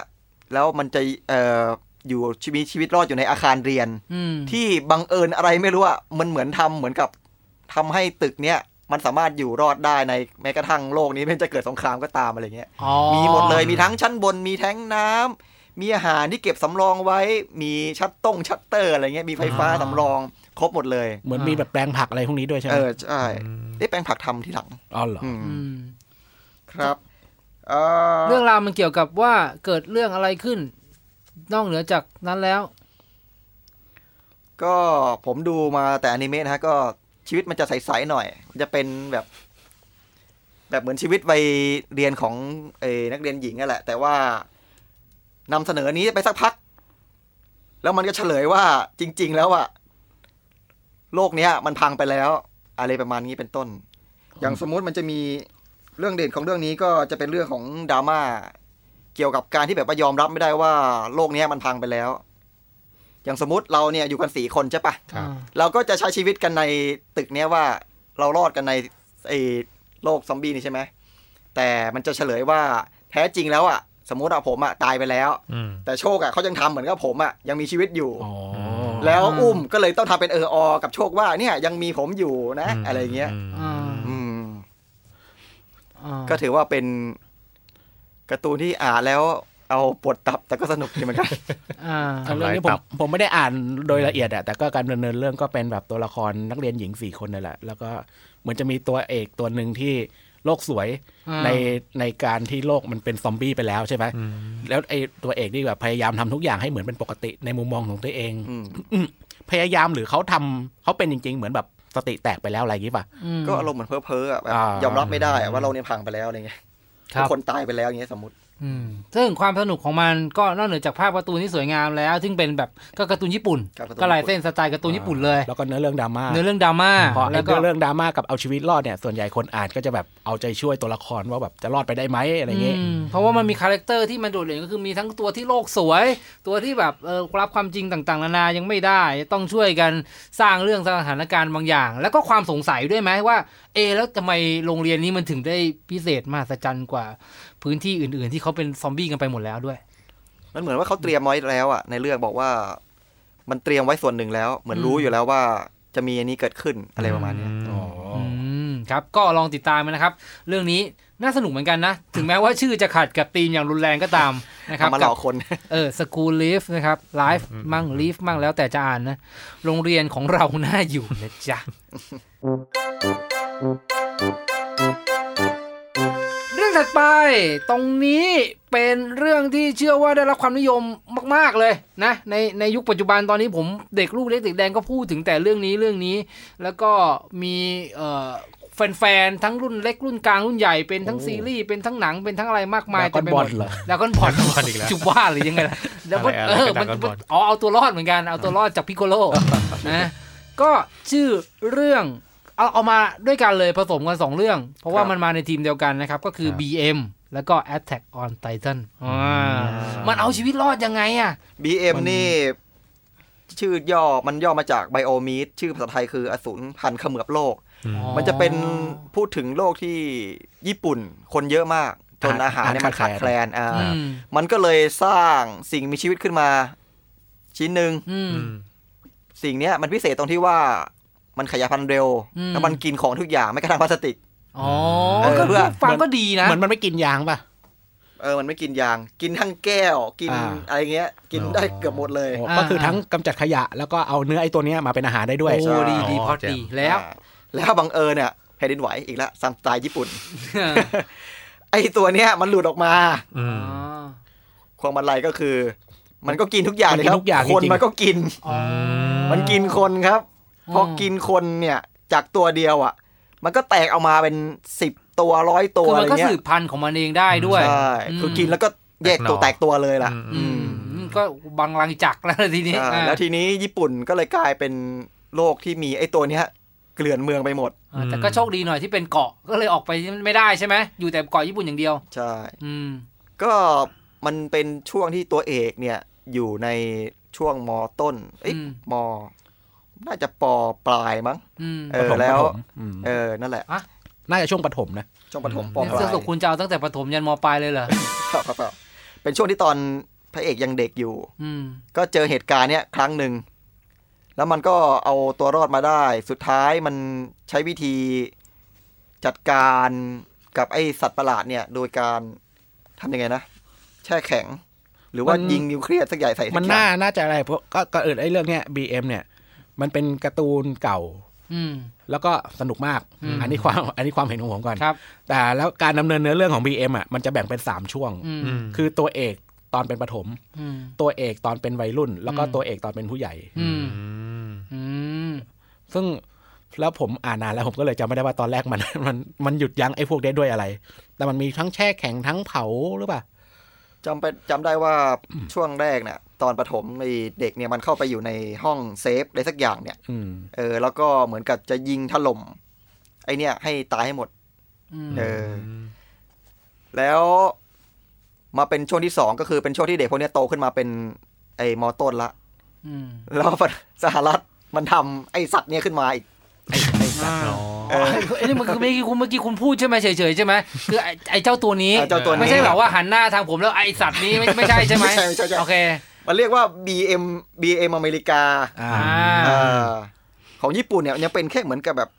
แล้วมันจะเอ่ออยู่ชีวิตชีวิตรอดอยู่ในอาคารเรียน
อืม
ที่บังเอิญอะไรไม่รู้อะมันเหมือนทำเหมือนกับทำให้ตึกเนี้ยมันสามารถอยู่รอดได้ในแม้กระทั่งโลกนี้ไม่จะเกิดสงครามก็ตามอะไรเงี้ย
อ๋อ
มีหมดเลยมีทั้งชั้นบนมีแท้งน้ำมีอาหารที่เก็บสำรองไว้ มีชัตต้งชัตเตอร์อะไรเงี้ยมีไฟฟ้าสำรองครบหมดเลย
เหมือนมีแบบแปลงผักอะไรพวกนี้ด้วยใช่ไหม
เออใช่ไอ้แปลงผักทำที่หลัง
อ๋อเหรอ
อืม
อืม
ครับเอ่อ
เรื่องราวมันเกี่ยวกับว่าเกิดเรื่องอะไรขึ้น นอกเหนือจากนั้นแล้ว
ก็ผมดูมาแต่อนิเมะนะฮะก็ชีวิตมันจะใสๆหน่อย มันจะเป็นแบบ แบบเหมือนชีวิตวัยเรียนของเออนักเรียนหญิงนั่นแหละ แต่ว่านำเสนอนี้ไปสักพัก แล้วมันก็เฉลยว่าจริง ๆ แล้วอะโลกเนี้ย มันพังไปแล้ว อะไรประมาณนี้เป็นต้น อย่างสมมุติมันจะมีเรื่องเด่นของเรื่องนี้ก็จะเป็นเรื่องของดราม่าเกี่ยวกับการที่แบบว่ายอมรับไม่ได้ว่า โลกเนี้ยมันพังไปแล้ว อย่างสมมติเราเนี่ยอยู่กันสี่คนใช่ปะ
ครับ
เราก็จะใช้ชีวิตกันในตึกเนี้ยว่าเรารอดกันในไอ้โลกซอมบี้นี่ใช่ไหม แต่มันจะเฉลยว่าแท้จริงแล้วอะสมมติอะผมอะตายไปแล้ว
อืม
แต่โชคอะเขายังทำเหมือนกับผมอะยังมีชีวิตอยู่
อ๋อ
แล้วอุ้มก็เลยต้องทำเป็นเอออกับโชคว่าเนี่ยยังมีผมอยู่นะ
ม
อะไรเงี้ย
ม
อ่า
อืม
อ่า
ก็ถือว่าเป็นการ์ตูนที่อ่านแล้วเอาปวดตับแต่ก็สนุกดีเหมือนกัน
อ่า
แต่เรื่องนี้
ทำลาย
ผ
ตั
ม
บ
ผมไม่ได้อ่านโดยละเอียดอะแต่ก็การดำเนินเรื่องก็เป็นแบบตัวละครนักเรียนหญิงสี่คนนั่นแหละ แล้วก็เหมือนจะมีตัวเอกตัวหนึ่งที่โลกสวย ในในการที่โลกมันเป็นซอมบี้ไปแล้วใช่ไหม แล้วไอ้ตัวเอกนี่แบบพยายามทำทุกอย่างให้เหมือนเป็นปกติในมุมมองของตัวเอง
อืม
พยายามหรือเขาทำเขาเป็นจริง ๆ เหมือนแบบสติแตกไปแล้วอะไรอย่างงี้ป่ะ
อืม
ก็อารมณ์เหมือนเพ้อเพ้อๆอะแบบ
อ่าย
ยอมรับไม่ได้อะว่าเราเนี่ยพังไปแล้วอะไรเงี้ย
ครับ
คนตายไปแล้วอย่างเงี้ยสมมติ
อืมซึ่งความสนุกของมันก็นอกเหนือจากภาพการ์ตูนที่สวยงามแล้ว ซึ่งเป็นแบบก็การ์ตูนญี่ปุ่น
การ์ตูน
ก็ลายเส้นสไตล์การ์ตูนญี่ปุ่นเลย
แล้วก็เนื้อเรื่องดราม่า
เนื้อเรื่องดราม่า
พอ
แล้
ไอ้
วก็
เนื้อเรื่องดราม่ากับเอาชีวิตรอดเนี่ยส่วนใหญ่คนอ่านก็จะแบบเอาใจช่วยตัวละครว่าแบบจะรอดไปได้ไหมอะไรอย่างงี้
อืมเพราะว่ามันมีคาแรคเตอร์ที่มันโดดเด่นก็คือมีทั้งตัวที่โลกสวย ตัวที่แบบเออรับความจริงต่างๆ นานายังไม่ได้ ต้องช่วยกันสร้างเรื่องสถานการณ์บางอย่าง แล้วก็ความสงสัยด้วยไหมว่า เอะแล้วทำไมโรงเรียนนี้มันถึงได้พิเศษมหัศจรรย์กว่าพื้นที่อื่น ๆ ที่เขาเป็นซอมบี้กันไปหมดแล้วด้วย
มันเหมือนว่าเขาเตรียมไว้แล้วอะในเรื่องบอกว่า มันเตรียมไว้ส่วนหนึ่งแล้ว เหมือนรู้อยู่แล้วว่าจะมีอันนี้เกิดขึ้นอะไรประมาณเนี้ย
อ๋ออ
อืมครับก็ลองติดตามมันนะครับ เรื่องนี้น่าสนุกเหมือนกันนะ ถึงแม้ว่าชื่อจะขัดกับธีมอย่างรุนแรงก็ตามนะครับ
ทำมาหลอก
กับ
คน
เออสกูลลีฟนะครับไลฟ์มั่งลีฟมั่งแล้วแต่จะอ่านนะ โรงเรียนของเราน่าอยู่นะจ๊ะ เรื่องถัดไปตรงนี้เป็นเรื่องที่เชื่อว่าได้รับความนิยมมาก ๆเลยนะ ในในยุคปัจจุบันตอนนี้ผมเด็กลูกเล็กเด็กแดงก็พูดถึงแต่เรื่องนี้เรื่องนี้ แล้วก็มีเอ่อแฟนๆทั้งรุ่นเล็กรุ่นกลางรุ่นใหญ่เป็นทั้งซีรีส์เป็นทั้งหนังเป็นทั้งอะไรมากมาย
ดราก้อน
เต็มไป
บ
หม
อล
ด
เหรอ
ดราก้อนบอล
ดราก้อนบอลอีกแล้ว
จุบว่าหรือยังไงล่ะดราก้อน
อะไรอะไร
เออมัน
ดราก้อนบอล
อ๋อเอาตัวรอดเหมือนกันเอาตัวรอดจากพิกโกโล นะก็ชื่อเรื่องเอาเอามาด้วยกันเลยผสมกันสองเรื่อง เพราะว่า
ครับ
มันมาในทีมเดียวกันนะครับ ก็คือ
ครับ
BM แล้วก็ Attack on Titan อ่ามันเอาชีวิตรอดยังไงอ่ะ
BM
มัน
นี่ ชื่อย่อมันย่อมาจากไบโอมีดชื่อภาษาไทยคืออสูรพันธุ์เขมือบโลก มันจะเป็นพูดถึงโลกที่ญี่ปุ่น คนเยอะมาก จนอาหารเนี่ยมันขาดแคลนอ่า
อืม
มันก็เลยสร้างสิ่งมีชีวิตขึ้นมา ชิ้นหนึ่ง
อืม
สิ่งเนี้ยมันพิเศษตรงที่ว่ามันขยายพันธุ์เร็ว
อืม
แล้วมันกินของทุกอย่างไม่กระทั่งพลาสติก
อ๋อ
เออ
ก็ฟังก็ดีนะ
เหมือนมันไม่กินยางป่ะ
เ เออมันไม่กินยาง กินทั้งแก้ว กิน
อ่า
อะไรเงี้ย กินได้เกือบหมดเลย
โอ้
อ่า
ก็คือทั้งกำจัดขยะแล้วก็เอาเนื้อไอ้ตัวเนี้ยมาเป็นอาหารได้ด้วย
ใช่
โอ้ดีดี
อ๋อ
พอด
แจ่ม
ดีแล้ว
อ่าแล้วบังเอิญเนี่ยแผ่นดินไหวอีกแล้วซัมสไตล์ญี่ปุ่น ไอตัวเนี้ยมันหลุดออกมา
อืม
ควงบันไลก็คือ มันก็กินทุกอย่างเลยครั
มันกินทุกอย่าง
คน
จริงๆ
มันก็กิน มันกินคนครับ
อืม
พอกินคนเนี่ยจากตัวเดียวอ่ะ มันก็แตกออกมาเป็นสิบตัวร้อยตัว
คือ
อะ
มั
ไร
นก็
เงี้ย
สืบพันธุ์ของมันเองได้ด้วย
ใช่คือกินแล้วก็แยกตัวแต
แต
ก
กหน่อ
ตัวเลยล่ะ
อืมก็บังลังจักรแล้วทีนี้
ใช่
อ่า
แล้วทีนี้ญี่ปุ่นก็เลยกลายเป็นโลกที่มีไอ้ตัวเนี้ยเกลื่อนเมืองไปหมด
อ่าแต่ก็โชคดีหน่อยที่เป็นเกาะก็เลยออกไปไม่ได้ใช่ไหมอยู่แต่เกาะญี่ปุ่นอย่างเดียว
ใช่
อืม
ก็มันเป็นช่วงที่ตัวเอกเนี่ยอยู่ในช่วงมต้นเอ้ย
อืม
ม น่าจะปปลายมั้ง
อืม
เอ
ปฐ
อ
ม
แล้
ป
ว
ฐมอืม
เออ นั่นแหละ
น่าจะช่วงปฐมนะ
ช่วงปฐมป
เนี่ย
ปลา
ส
ย
รุปคุณจะเอาตั้งแต่ประถมยันมปลายเลยเหรอ
ครับครับครับเป็นช่วงที่ตอนพระเอกยังเด็กอยู่
อืม
ก็เจอเหตุการณ์เนี้ยครั้งหนึ่ง แล้วมันก็เอาตัวรอดมาได้ สุดท้ายมันใช้วิธีจัดการกับไอสัตว์ประหลาดเนี่ย โดยการทำยังไงนะ แช่แข็ง หรือว่าม
น
ยิงนิวเคลียร์สักใหญ่ใส่สัก
มัน
อย่
น่าง น่าจะอะไรเพราะก็ก็เออไอ้เรื่องเนี้ย BM เนี่ย มันเป็นการ์ตูนเก่า
อืม
แล้วก็สนุกมาก
อืม
อันนี้ความอันนี้ความเห็นของผมก่อน
ครับ
แต่แล้วการดำเนินเนื้อเรื่องของ BM อ่ะมันจะแบ่งเป็น 3 ช่วง
อืม
คือตัวเอกตอนเป็นปฐม
อืม
ตัวเอกตอนเป็นวัยรุ่น แล้วก็
อืม
ตัวเอกตอนเป็นผู้ใหญ่
อืม
ม
อืม
ซึ่งแล้วผมอ่านนานแล้วผมก็เลยจำไม่ได้ว่าตอนแรกมัน มันมันหยุดยั้งไอ้พวกได้ด้วยอะไร แต่มันมีทั้งแช่แข็งทั้งเผาหรือเปล่า
จำไปจำได้ว่าช่วงแรกเนี่ยตอนปฐมไอเด็กเนี่ยมันเข้าไปอยู่ในห้องเซฟอะไรสักอย่างเนี่ย
อืม
เออแล้วก็เหมือนกับจะยิงถล่มไอเนี่ยให้ตายให้หมด
อืม
เออ แล้วมาเป็นช่วงที่สองก็คือเป็นช่วงที่เด็กพวกเนี้ยโตขึ้นมาเป็นไอ้มอต้นละ
อืม
แล้วสหรัฐมันทำไอสัตว์เนี้ยขึ้นมาอีก เออ
ไอ้นี่มันคือเมื่อกี้คุณเมื่อกี้คุณพูดใช่ไหมเฉยๆใช่ไหมคือไอ้ไอ้เจ้าตัวนี้
ไอ้เจ้าตัวนี้
ไม่ใช่แบบว่าหันหน้าทางผมแล้วไอ้สัตว์นี้ไม่ไม่ใช่ใช่ไหม
ไม่ใช่ไม่ใช่ไม่ใช่
โอเค
มันเรียกว่า BM BM อเมริกา
อ่า
อ่า
เออของญี่ปุ่นเนี่ยยังเป็นแค่เหมือนกับแบบ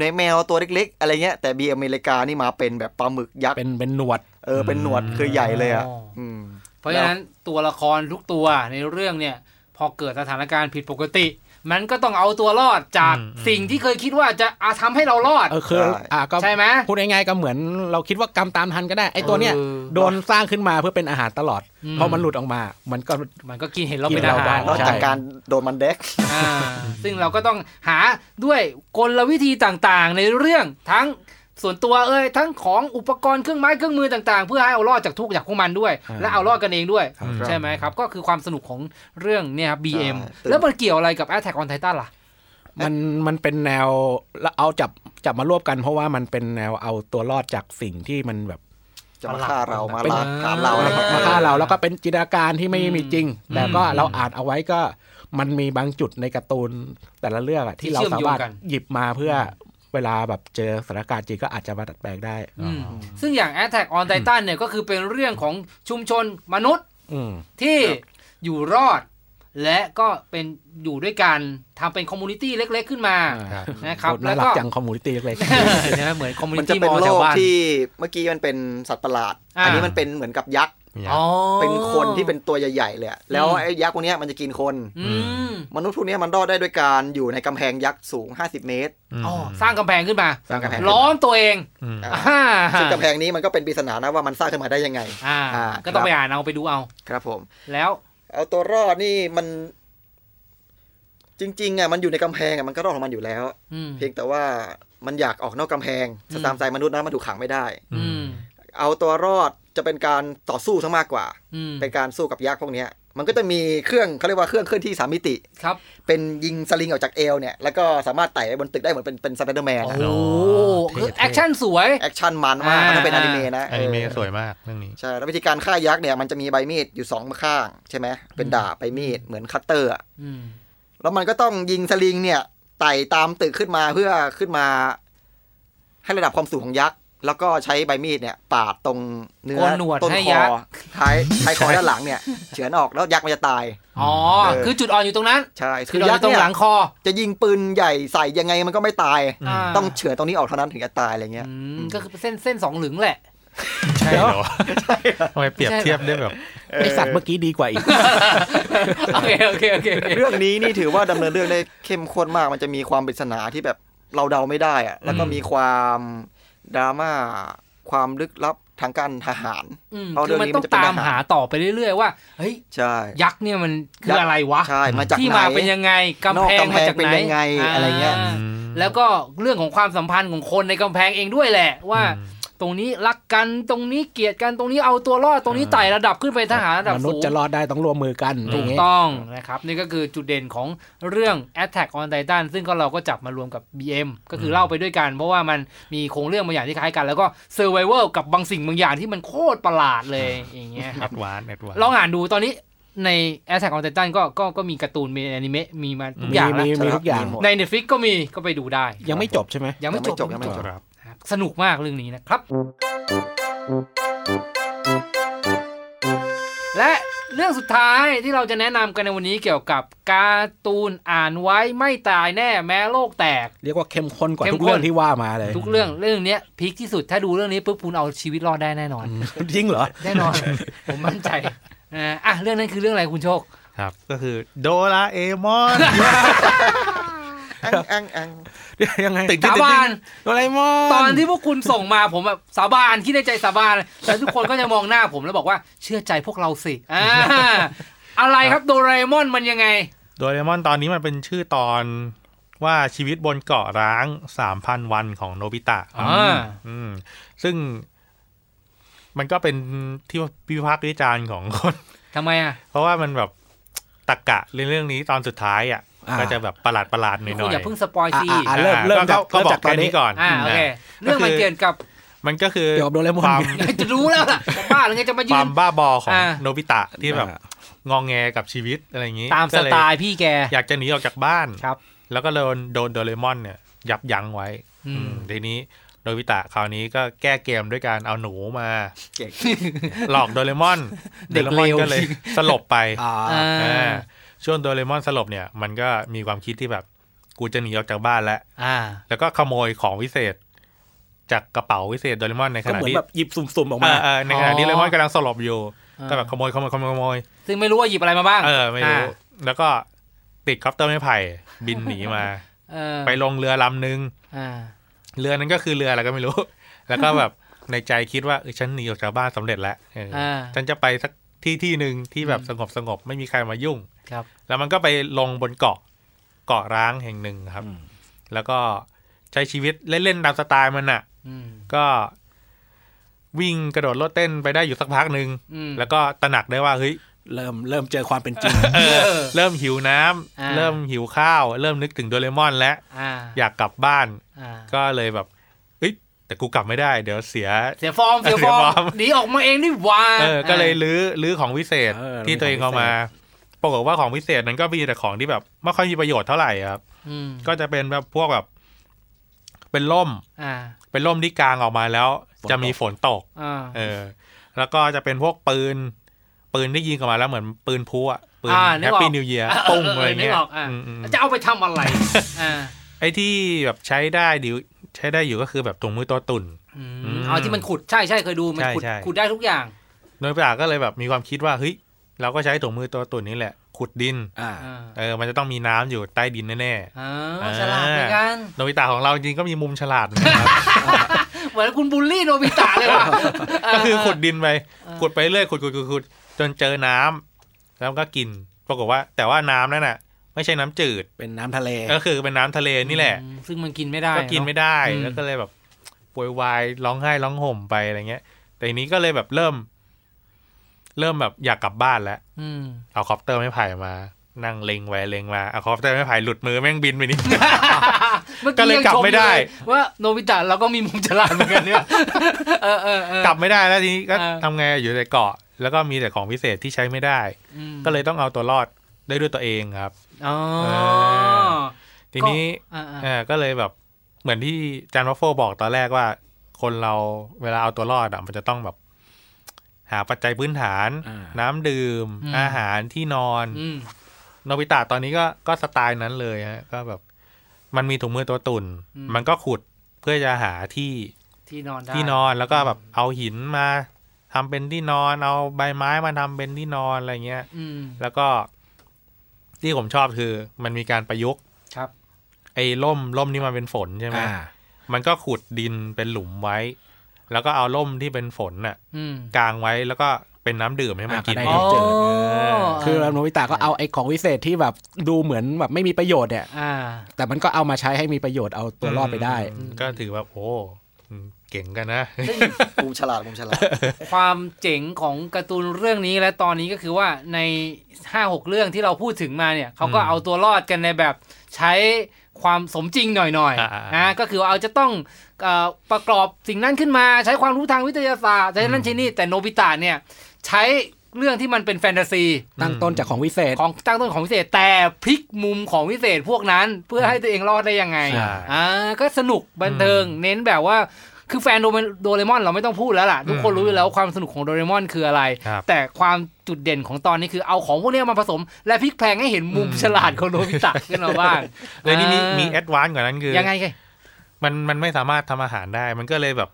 ในแมวตัวเล็กๆ อะไรเงี้ยแต่ BM อเมริกานี่มาเป็นแบบปลาหมึกยักษ์
เป็นเป็นหนวด
เออเป็นหนวดคือใหญ่เลยอ่ะอืม
เพราะฉะนั้นตัวละครทุกตัวในเรื่องเนี่ย พอเกิดสถานการณ์ผิดปกติ มันก็ต้องเอาตัวรอดจาก
อืมอืม
สิ่งที่เคยคิดว่าจะอาทำให้เรารอด
เออคือ
ใช่
อ่าก็
ใช่ไหม
พูดง่ายๆก็เหมือนเราคิดว่ากรรมตามทันก็ได้ไอ้ตัวเนี้ย
เออ
โดนสร้างขึ้นมาเพื่อเป็นอาหารตลอด
อืม
พอมันหลุดออกมา มันก็
มันก็กินเห็นเรา
กิน
เป็นอาหาร
เร
นอก
ได้
จากการโดนมันเด็ก
อ่าซึ่งเราก็ต้องหาด้วยกลวิธีต่างๆ ในเรื่องทั้งส่วนตัวเอ้ยทั้งของอุปกรณ์เครื่องไม้เครื่องมือต่างๆ เพื่อให้เอารอดจากทุกข์จากพวกมันด้วย
อ่า
และเอารอดกันเองด้วย
ครับ
ใช่ไหมครับ ก็คือความสนุกของเรื่องเนี่ยครับ BM
ใช่
แล้วมันเกี่ยวอะไรกับ Attack on Titan ล่ะ
มันมันเป็นแนวแล้วเอาจับจับมารวบกัน เพราะว่ามันเป็นแนวเอาตัวรอดจากสิ่งที่มันแบบ
จะมาฆ่าเรามา
เป็น
ล้างถามเราอะไรเงี้ย
มาฆ่าเราแล้วก็เป็นจินตนาการที่ไม่
อืม
มีจริง แต่ก็
อืม
เราอ่านเอาไว้ก็มันมีบางจุดในการ์ตูนแต่ละเรื่องอะ
ที่
ที่เรา
เชื่อม
สา
โยง
มารถ
กัน
หยิบมาเพื่อเวลาแบบเจอสถานการณ์จริงก็อาจจะมาดัดแปลงได้
อืมซึ่งอย่าง Attack on Titan เนี่ยก็คือเป็นเรื่องของชุมชนมนุษย์
อืม
ที่อยู่รอด และก็เป็นอยู่ด้วยกันทำเป็นคอมมูนิตี้เล็ก ๆ ขึ้นมา
ครับ
นะครับ
โหด
แล้
น่าว รัก
ก็
จังคอมมูนิตี้เล็ก
ใช่ไหมเหมือนคอมมู
มัน
นิ
จะ
ตี้ม
เป็น
อล
โล
ชาว
ก
บ้าน
ที่เมื่อกี้มันเป็นสัตว์ประหลาด
อ่า
อันนี้มันเป็นเหมือนกับยักษ์
อ๋อ
เป็นคนที่เป็นตัวใหญ่ๆเลยอะแล้ว
อืม
ไอ้ยักษ์พวกเนี้ยมันจะกินคน
อืม
มนุษย์พวกเนี้ยมันรอดได้ด้วยการอยู่ในกำแพงยักษ์สูง 50 เมตร
อ๋อสร้างกำแพงขึ้นมา
สร้างกำแพง
ล้อมตัวเอง
อ่า
อ่า
ซึ่งกำแพงนี้มันก็เป็นปริศนานะว่ามันสร้างขึ้นมาได้ยังไง
อ่า
อ่า
ก็ต้องไปอ่านเอาไปดูเอา
ครับผม
แล้ว
เอาตัวรอดนี่มัน จริงๆอ่ะมันอยู่ในกำแพงอ่ะมันก็รอดของมันอยู่แล้ว
อืม
เพียงแต่ว่ามันอยากออกนอกกำแพง
อืม
ตามใจมนุษย์นะมันถูกขังไม่ได้
อืม
เอาตัวรอดจะเป็นการต่อสู้ซะมากกว่า
อืม
เป็นการสู้กับยักษ์พวกเนี้ยมันก็จะมีเครื่องเขาเรียกว่าเครื่องเคลื่อนที่สามมิติ
ครับ
เป็นยิงสลิงออกจากเอวเนี่ย แล้วก็สามารถไต่ไปบนตึกได้เหมือนเป็นเป็นสไปเดอร์แมน
โอ้
นะ
โหคือแอคชั่นสวย
แอคชั่นมันมาก
อ่า
มันก็เป็นอนิเมะนะ
อนิเมะ
เออ
สวยมากเรื่องนี้
ใช่ แล้ววิธีการฆ่ายักษ์เนี่ยมันจะมีใบมีดอยู่สองข้างใช่ไหมเป็นดาบใบมีดเหมือนคัตเตอร์อะ
อืม
แล้วมันก็ต้องยิงสลิงเนี่ยไต่ตามตึกขึ้นมาเพื่อขึ้นมา ให้ระดับความสูงของยักษ์แล้วก็ใช้ใบมีดเนี่ยปาดตรงเนื้อ
โกนหนวด
ต้น
ให้
คอ
ยักษ์
ท้ายท้ายคอด้านหลังเนี่ยเฉือนออกแล้วยักษ์มันจะตาย
อ๋อ
เออ
คือจุดอ่อนอยู่ตรงนั้น
ใช่
คือจุดอ่อนอยู่ตรงหลังคอ
จะยิงปืนใหญ่ใส่ยังไงมันก็ไม่ตาย
า
ต้องเฉือนตรงนี้ออกเท่านั้นถึงจะตายอะไรเงี้ย
อืมก็คือเส้นเส้นสองหลึงแหละ
ใช่เหรอทำไมเปรียบเทียบได้แบบ
ไอสัตว์เมื่อกี้ดีกว่าอีก
โอเคโอเคโอเคโอเค
เรื่องนี้นี่ถือว่าดำเนินเรื่องได้เข้มข้นมาก มันจะมีความปริศนาที่แบบเราเดาไม่ได้อะแล้วก็มีความดราม่าความลึกลับทางการทหาร
อืม
เพราะ
คือมัน
เรื่องนี้
ต้อง
มันจะเป็น
ตาม
อาหาร
หาต่อไปเรื่อยๆว่าเฮ้ย
ใช่
ยักษ์เนี่ยมันคืออะไรวะ
ใช่มาจาก
ที่
ไหน
มาเป็นยังไงกำแพง
นอกกำแพง
มาจากไหน
เป็นยังไงอะไรเงี้ย
าแล้วก็เรื่องของความสัมพันธ์ของคนในกำแพงเองด้วยแหละ ว่า
อืม
ตรงนี้รักกันตรงนี้เกลียดกันตรงนี้เอาตัวรอดตรงนี้ไต่ระดับขึ้นไปทหารระดับ
มนุษ
สู
ย์
ง
จะรอดได้ต้องร่วมมือกัน
ถู
ย่าก งงี้
ต้องนะครับ นี่ก็คือจุดเด่นของเรื่อง Attack on Titan ซึ่งก็เราก็จับมารวมกับ BM ก็คือเล่าไปด้วยกัน เพราะว่ามันมีโครงเรื่องบางอย่างที่คล้ายกัน แล้วก็ Survival กับบางสิ่งบางอย่างที่มันโคตรประหลาดเลยอย่างเงี้ยค
แอ
รับ
ดวานซ์แอดวานซ์
ลองอ่านดูตอนนี้ใน Attack on Titan ก็ก็ก็มีการ์ตูนมีอนิเมะมีมาทุกอย่างแล้
มี
ว
มีทุกอย่าง
มีหมด
ใน Netflix ก็มีก็ไปดูได้
ยังไม่จบใช่ไหม
ยังไม่จบ
ยังไม่จบ
ครับสนุกมากเรื่องนี้นะครับ และเรื่องสุดท้ายที่เราจะแนะนำกันในวันนี้เกี่ยวกับการ์ตูนอ่านไว้ไม่ตายแน่แม้โลกแตก
เรียกว่าเข้มข้นกว่า
เข้
ทุ
มข้
ก
น
เรื่องที่ว่ามาเลย
ทุกเรื่องเรื่องเนี้ยพีคที่สุดถ้าดูเรื่องนี้ปุ๊บคุณเอาชีวิตรอดได้แน่นอน
จริงเหรอ
แน่นอน ผมมั่นใจอ่าอ่ะเรื่องนั้นคือเรื่องอะไรคุณโชค
ครับ ก็คือโดราเอมอน
อังอังอัง
ยังไง
ติดที่
สาบาน
โดราเอมอน
ตอนที่พวกคุณส่งมาผมแบบสาบานคิดในใจสาบานแต่ทุกคนก็จะมองหน้าผมแล้วบอกว่าเชื่อใจพวกเราสิอ่าอะไรครับโดราเอมอนมันยังไง
โดราเอมอนตอนนี้มันเป็นชื่อตอนว่าชีวิตบนเกาะร้าง 3,000 วันของโนบิตะ
อ่า
อืมซึ่งมันก็เป็นที่พิพากษ์วิจารณ์ของคน
ทำไมอ่ะ
เพราะว่ามันแบบตักกะเรื่องเรื่องนี้ตอนสุดท้ายอ่ะ
อ่า
ก็จะแบบประหลาดประหลาดๆหน่อย
คุณ
ๆ
อย่าเพิ่งสปอยซี
อ่ะอ่ะเริ่ม
อ่า
เริ่ม
ก็
จาก
ก็
เริ่ม
บอ
จาก
ก
ตอ
แค่
นนี้
นี้ก่อน
อ่าโอเค
นะ
เรื่องมันเกี่ยวกับ
มันก็คือ
เกี่ยวกับโดราเอมอ
คน วาม
จะรู้แล้วล่ะจะบ้าหรือไงจะมา
ค
ยื
วาน มบ้าบอของ
อ่า
โนบิตะที่แบบ
อ่า
งองแงกับชีวิตอะไรอย่างนี้
ตามส
ก็เย
ไตล์พี่แก
อยากจะหนีออกจากบ้าน
ครับ
แล้วก็โดนโดนโดเรมอนเนี่ย ยับยั้งไว้
อืม
ทีนี้โนบิตะคราวนี้ก็แก้เกมด้วยการเอาหนูมา
เก่ง
หลอกโดเรมอน
เด็ก
โดรมอน
เลว
ก็เลยสลบไป
อ่า
อ่า
อ่าช่วงโดเรมอนสลบเนี่ย มันก็มีความคิดที่แบบกูจะหนีออกจากบ้านแล้ว
อ่า
แล้วก็ขโมยของวิเศษ จากกระเป๋าวิเศษโดเรมอนในข
ก็
ณะ
เหมือน
ที่
แบบหยิบสุ่มๆออก
เอ
มา
อเออในขณะที่
อ๋อ
โดเรมอนกำลังสลบอยู่ก็แบบขโมยขโมยขโมยขโมย
ซึ่งไม่รู้ว่าหยิบอะไรมาบ้าง
เออ ไม่รู้
า
แล้วก็ติดคอปเตอร์ไม้ไผ่ บินหนีมา
เออ
ไปลงเรือลำนึง
อ่า
เรือนั้นก็คือเรืออะไรก็ไม่รู้ แล้วก็ แบบในใจคิดว่าเออฉันหนีออกจากบ้านสำเร็จแล้วเอออา ฉันจะไปสักที่ที่หนึ่งที่แบบสงบสงบไม่มีใครมายุ่ง
ครับ
แล้วมันก็ไปลงบนเกาะเกาะร้างแห่งหนึ่งครับ แล้วก็ใช้ชีวิตเล่นๆตามสไตล์มันอ่ะ
อืม
ก็วิ่งกระโดดโลดเต้นไปได้อยู่สักพักหนึ่ง
อืม
แล้วก็ตระหนักได้ว่าเฮ้ย
เริ่มเริ่มเจอความเป็น จริง
เริ่มหิวน้ำ
อ่า
เริ่มหิวข้าว เริ่มนึกถึงโดเรมอนแล้ว
อ่า
อยากกลับบ้าน
อ่า
ก็เลยแบบเอ้ยแต่กูกลับไม่ได้ เดี๋ยวเสีย
เสียฟอร์มเสียฟอ
เสียฟอ
ร์
ร์
ม
ม
หนีออกมาเองนี่หวา
เออก็เลย
า
ลื้อลื้อของวิเศษ
เออ
ที่ตัวเอง
ลื้อข
เอา
องวิเศษ
มาปรากฏว่าของวิเศษนั้นก็มีแต่ของที่แบบไม่ค่อยมีประโยชน์เท่าไหร่ครับ
อืม
ก็จะเป็นแบบพวกแบบ เป็นล่ม
อ่า
เป็นล่มที่กลางออกมาแล้ว จะมีฝนตก
อ่า
เออ แล้วก็จะเป็นพวกปืน ปืนที่ยิงออกมาแล้วเหมือนปืนพลุอะปืน
อ่า
แฮปปี้นิวเยียปุ้งอะไรเงี้
นึ
ย
กกอ่า
อืมอืม
จะเอาไปทำ อะไรอ่า
ไอ้ที่แบบใช้ได้ดิวใช้ได้อยู่ก็คือแบบถุงมือตัวตุ่น
อืม
อืม
อ๋อที่มันขุดใช่ใช่เคยดูมัน
ใช่
ขุด
ใช่
ขุดได้ทุกอย่าง
โนยปราก็เลยแบบมีความคิดว่าเฮ้ยเราก็ใช้ถุงมือตัวตุ่นนี่แหละ ขุดดิน
อ่า
อ่า
เออมันจะต้องมีน้ำอยู่ใต้ดินแน่
อ๋อฉลาดเหมือนกัน
ๆโนบิตะของเราจริงๆก็มีมุมฉลาดเหมือนกันครับ
เหมือนคุณบูลลี่โนบิตะเลยว่ะ
ก็คือขุดดินไป
เออ
ขุดไปเรื่อยขุดขุดขุดขุดจนเจอน้ำแล้วก็กิน ปรากฏว่า แต่ว่าน้ำนั่นน่ะ ไม่ใช่น้ำจืด
เป็นน้ำทะเล
ก็คือเป็นน้ำทะเลนี่แหละ
อืมซึ่งมันกินไม่ได้
ก็กินไม่ได้
อืม
แล้วก็เลยแบบโวยวายร้องไห้ร้องห่มไปอะไรเงี้ย แต่ทีนี้ก็เลยแบบเริ่ม เริ่มแบบอยากกลับบ้านแล้ว
อืม
เอาคอปเตอร์ไม้ไผ่มา นั่งเล็งไว้เล็งมาเอาคอปเตอร์ไม้ไผ่หลุดมือแม่งบินไปนี่
มื่อ
ก็เลยกลับไม่ได้
ยังชอยู่เลยว่าโนบิตะเราก็มีมุมฉลาดเหมือนกันเนี่ยเออเออเออ
กลับไม่ได้แล้วทีนี้ก็
เออ
ทำไงอยู่ในเกาะ แล้วก็มีแต่ของพิเศษที่ใช้ไม่ได้
อืม
ก็เลยต้องเอาตัวรอดได้ด้วยตัวเองครับ
อ๋อ
ทีนี้
อ่า
เออก็เลยแบบเหมือนที่จานวัฟเฟิลบอกตอนแรกว่า คนเราเวลาเอาตัวรอดอ่ะมันจะต้องแบบ หาปัจจัยพื้นฐาน
อ่า
น้ำดื่ม อาหารที่นอน
อืม
โนบิตะตอนนี้ก็ก็สไตล์นั้นเลยฮะก็แบบ มันมีถุงมือตัวตุ่น มันก็ขุดเพื่อจะหาที่
ที่นอนได้
ที่นอนแล้วก็แบบเอาหินมาทำเป็นที่นอนเอาใบไม้มาทำเป็นที่นอนอะไรเงี้ย
อืม
แล้วก็ที่ผมชอบคือ มันมีการประยุกต์
ครับ
ไอ้ล่มล่มนี่มันเป็นฝนใช่ไหม
อ่า
มันก็ขุดดินเป็นหลุมไว้ แล้วก็เอาล่มที่เป็นฝนน่ะ
อืม
กางไว้แล้วก็เป็นน้ำดื่มให้มัน
อ่าก็
กิน
ได้
อ๋อ
เจอ
อ
คือโนบิตะก็เอาไอ้ของวิเศษที่แบบดูเหมือนแบบไม่มีประโยชน์เนี่ย
อ่า
แต่มันก็เอามาใช้ให้มีประโยชน์เอาตัวรอดไปได้
อืมก็ถือว่าโอ้อืมเก่งกันนะ
มุมฉลาดมุมฉลาด
ความเจ๋งของการ์ตูนเรื่องนี้และตอนนี้ก็คือว่าใน 5 6 เรื่องที่เราพูดถึงมาเนี่ยเขาก็
อืม
เอาตัวรอดกันในแบบใช้ความสมจริงหน่อย
อ่าอ่า
ๆ
อ่า
นะก็คือว่าเอาจะต้องเออประกอบสิ่งนั้นขึ้นมาใช้ความรู้ทางวิทยาศาสตร์ใช้นั่นใช้นี่แต่โนบิตะเนี่ยใช้เรื่องที่มันเป็นแฟนตาซี
ตั้งต้นจากของวิเศษ
ของตั้งต้นของพิเศษแต่พลิกมุมของพิเศษพวกนั้นเพื่อให้ตัวเองรอดได้ยังไง
ใช่
อ่าก็สนุกบันเทิงเน้นแบบว่าคือแฟนโดเรโดเรมอนเราไม่ต้องพูดแล้วล่ะ ทุกคนรู้อยู่แล้วความสนุกของโดเรมอนคืออะไร
ครับ
แต่ความจุดเด่นของตอนนี้คือเอาของพวกเนี้ยมาผสม และพลิกแพลงให้เห็นมุมฉลาดของโนบิ ตะขึ้นมาบ้าง
เลยนี่มีมีแอ
อ่า
ดวานกว่านั้นคือ
ยังไงไง
มันมันไม่สามารถทำอาหารได้ มันก็เลยแบบ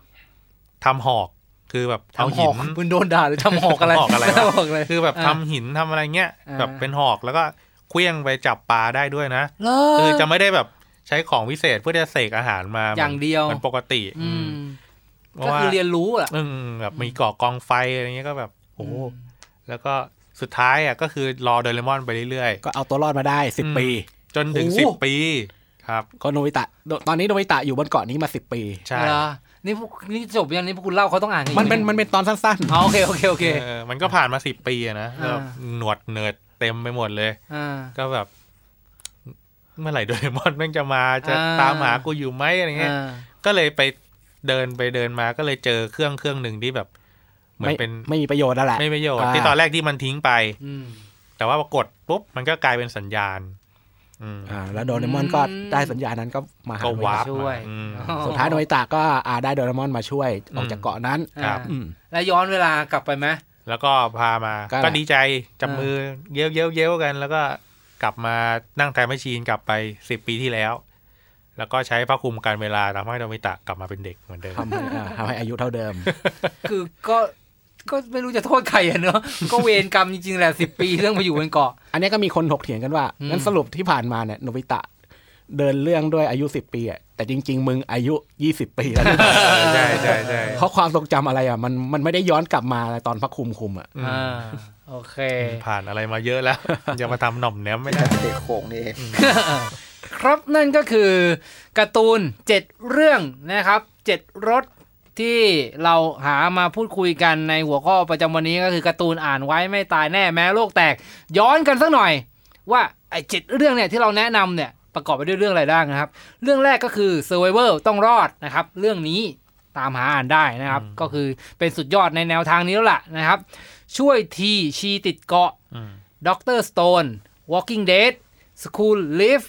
ทำหอกคือแบบเอา
ทำห
หิ
อก
น
มึงโดนด่าหรือทำหอกอะไร
ทำหอกอะไรวะ
ทำหอกเลย
คือแบบ
อ่า
ทำหินทำอะไรเงี้ย
อ่า
แบบเป็นหอกแล้วก็เคลี้ยงไปจับปลาได้ด้วยนะ
เล
คือ
อ
จะไม่ได้แบบใช้ของวิเศษเพื่อจะเสกอาหารมา
อย่างเดียว
มันปกติ
อืม
เพราะ
ก็
ว่า
คือเรียนรู้อ่ะ
อืมแบบมีก่อกองไฟอะไรเงี้ยก็แบบโอ้
อืม
แล้วก็สุดท้ายอ่ะก็คือรอโดเรมอนไปเรื่อย
ก็เอาตัวรอดมาได้ 10 ปี
ๆ จนถึง
โอ้
สิบปีครับ
ก็โนบิตะ ตอนนี้โนบิตะอยู่บนเกาะนี้มา 10 ปี
ใช่
เหรอนี่พวกนี่จบยังนี่พวกคุณเล่าเขาต้องอ่านกั
มันเป็น
อีกไห
มันเป็นตอนสั้น
อ๋อโอเคโอเคโอเค
เออมันก็ผ่านมาสิบปีอะนะ
อ่า
แล้วหนวดเนิร์ดเต็มไปหมดเลย
อ่า
ก็แบบ เมื่อไหร่โดเรมอนแม่งจะมาจะ
อ่า
ตามหากูอยู่ไหมอะไรเงี้ย
อ่า
ก็เลยไปเดินไปเดินมาก็เลยเจอเครื่องเครื่องหนึ่งที่แบบ
ๆ
เหมือนเป็น
ไม่มีประโยชน์แล้วแหละ
ไม่ประโยชน์
อ่า
ที่ตอนแรกที่มันทิ้งไป
อืม
แต่ว่าปรากฏปุ๊บมันก็กลายเป็นสัญญาณ อืม
อ่าแล้วโดเรมอนก็
อืม
ได้สัญญาณนั้นก็มาหา
ก็
โนบิ
วา
ตะ
ร์ป
ช่วย
มาอืม
สุดท้ายโนบิตะก็อ่าได้โดเรมอนมาช่วยออก
อืม
จากเกาะนั้น
ครับ
อ่า
อืม
แล้วย้อนเวลากลับไปไหม
แล้วก็พามา
ก็
ก็ดีใจจับ
อ่ามื
มือเย้ยวเย้ยวเย้ยวกัน แล้วก็กลับมานั่งไทม์แมชชีนกลับไปสิบปีที่แล้ว แล้วก็ใช้ผ้าคลุมการเวลาทำให้โดมิตะกลับมาเป็นเด็กเหมือนเดิม
ทำให้อ่าทำให้อายุเท่าเดิม
คือก็ก็ไม่รู้จะโทษใครอะเนอะ ก็เวรกรรมจริงๆแหละสิบปีเรื่องมาอยู่บนเกาะ
อันนี้ก็มีคนถกเถียงกันว่า
อืม
งั้นสรุปที่ผ่านมาเนี่ยโนบิตะ เดินเรื่องด้วยอายุ 10 ปีอะแต่จริง ๆ มึงอายุ 20 ปี แล้วนะ
ใช่ใช่ใช่
เพราะความทรงจำอะไรอ่ะมันมันไม่ได้ย้อนกลับมาตอนพระคุมคุมอ่ะ
อ่าโอเค
ผ่านอะไรมาเยอะแล้ว อย่ามาทำหน่อมแนมไม่ได้
เด็กโขงนี่เอง
ครับนั่นก็คือการ์ตูน 7 เรื่องนะครับ7รถที่เราหามาพูดคุยกันในหัวข้อประจำวันนี้ก็คือการ์ตูนอ่านไว้ไม่ตายแน่แม้โลกแตก ย้อนกันสักหน่อย ว่าไอ้เเรื่องเนี่ยที่เราแนะนำเนี่ยประกอบไปด้วยเรื่องอะไรบ้างนะครับ เรื่องแรกก็คือ Survivor ต้องรอดนะครับ เรื่องนี้ตามหาอ่านได้นะครับ ก็คือเป็นสุดยอดในแนวทางนี้แล้วล่ะนะครับ ช่วยทีชีติดเกาะ
อืม
ด็อกเตอร์สโตน Walking Dead School Live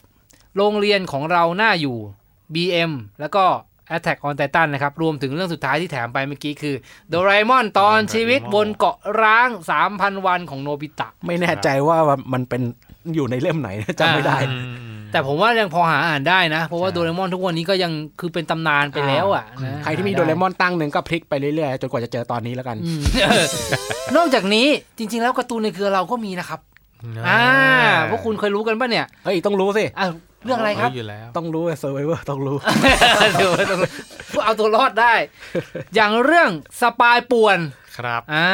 โรงเรียนของเราหน้าอยู่ BM แล้วก็ Attack on Titan นะครับ รวมถึงเรื่องสุดท้ายที่แถมไปเมื่อกี้คือ โดราเอมอนตอนชีวิตบนเกาะร้าง 3,000 วันของโนบิตะ
ไม่แน่ใจว่ามันเป็นอยู่ในเล่มไหน จำไม่ได้
อืม
แต่ผมว่ายังพอหาอ่านได้นะ เพราะว่า
ใช่
โดเรมอนทุกวันนี้ก็ยังคือเป็นตำนานไปแล้วอ่ะนะ
ใครที่มีโดเรมอนตั้งหนึ่งก็พลิกไปเรื่อยๆ จนกว่าจะเจอตอนนี้แล้วกัน
อืม เออนอกจากนี้จริง ๆ แล้วการ์ตูนในเครือเราก็มีนะครับ อ่าพวกคุณเคยรู้กันป่ะเนี่ย
เฮ้ย ต้องรู้สิ
อ่ะเรื่องอะไรครับ
อยู่แล้ว
ต้องรู้เซอร์ไวเวอร์ต้อง รู้
เดี๋ยวต้องพวกเอาตัวรอดได้ อย่างเรื่องสปายป่วน
ครับ
อ่า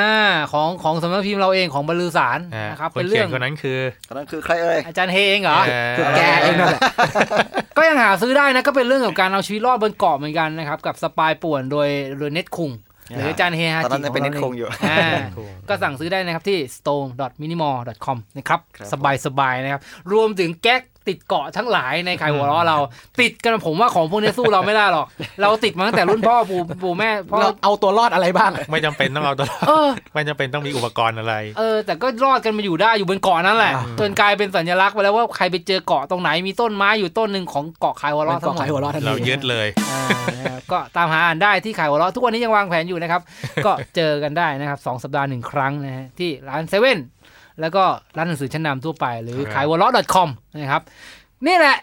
ของของสำนักพิมพ์เราเองของบรรลือสาร
อ่า
นะครับ
คน
เป็น
เขี
เรื่
ย
อน ง
คนนั้นคือ
อันนั้นคือใครเอ่ย
อาจารย์เฮเองเหรอ
เอ่อ
คือแกเองนั่นแหละ
ก็ยังหาซื้อได้นะ ก็เป็นเรื่องเกี่ยวกับการเอาชีวิตรอดบนเกาะเหมือนกันนะครับ กับสปายป่วนโดยโดยเน็ตคุงหรืออาจารย์เฮฮาจิ
ตอนนั้นยังเป็น
ขรา
Net คงอยู่
าก็สั่งซื้อได้นะครับที่ stone.minimal.com นะครับ
ครับ
สบายสบายๆนะครับ รวมถึงแก๊กติดเกาะทั้งหลายในไข่หัวเราะเรา ติดกันผมว่าของพวกนี้สู้เราไม่ได้หรอก เราติดมาตั้งแต่รุ่นพ่อปู่ปู่แม่พ่อ
เราเอาตัวรอดอะไรบ้าง
ไม่จำเป็นต้องเอาตัวรอ ด
เออ
ไม่จำเป็นต้องมีอุปกรณ์อะไร
เออแต่ก็รอดกันมาอยู่ได้อยู่บนเกาะนั่นแหละ
อ่า
จนกลายเป็นสัญลักษณ์ไปแล้วว่าใครไปเจอเกาะตรงไหนมีต้นไม้อยู่ต้นหนึ่งของเกาะไข่หัว
มัน
เราะทั้
ก็
งหม
ขายหั
ด
วเราะทัน
เรา
ที
ยึดเลย
อ่านะครับก็ตามหาอ่านได้ที่ขายหัวเราะทุกวันนี้ยังวางแผนอยู่ นะครับ ก็เจอกันได้นะครับสองสัปดาห์หนึ่งครั้งนะฮะที่ร้านเซเว่นแล้วก็ร้านหนังสือชั้นนำทั่วไปหรือ
ครับ
ขายหัวเราะ .com นะครับนี่แหละ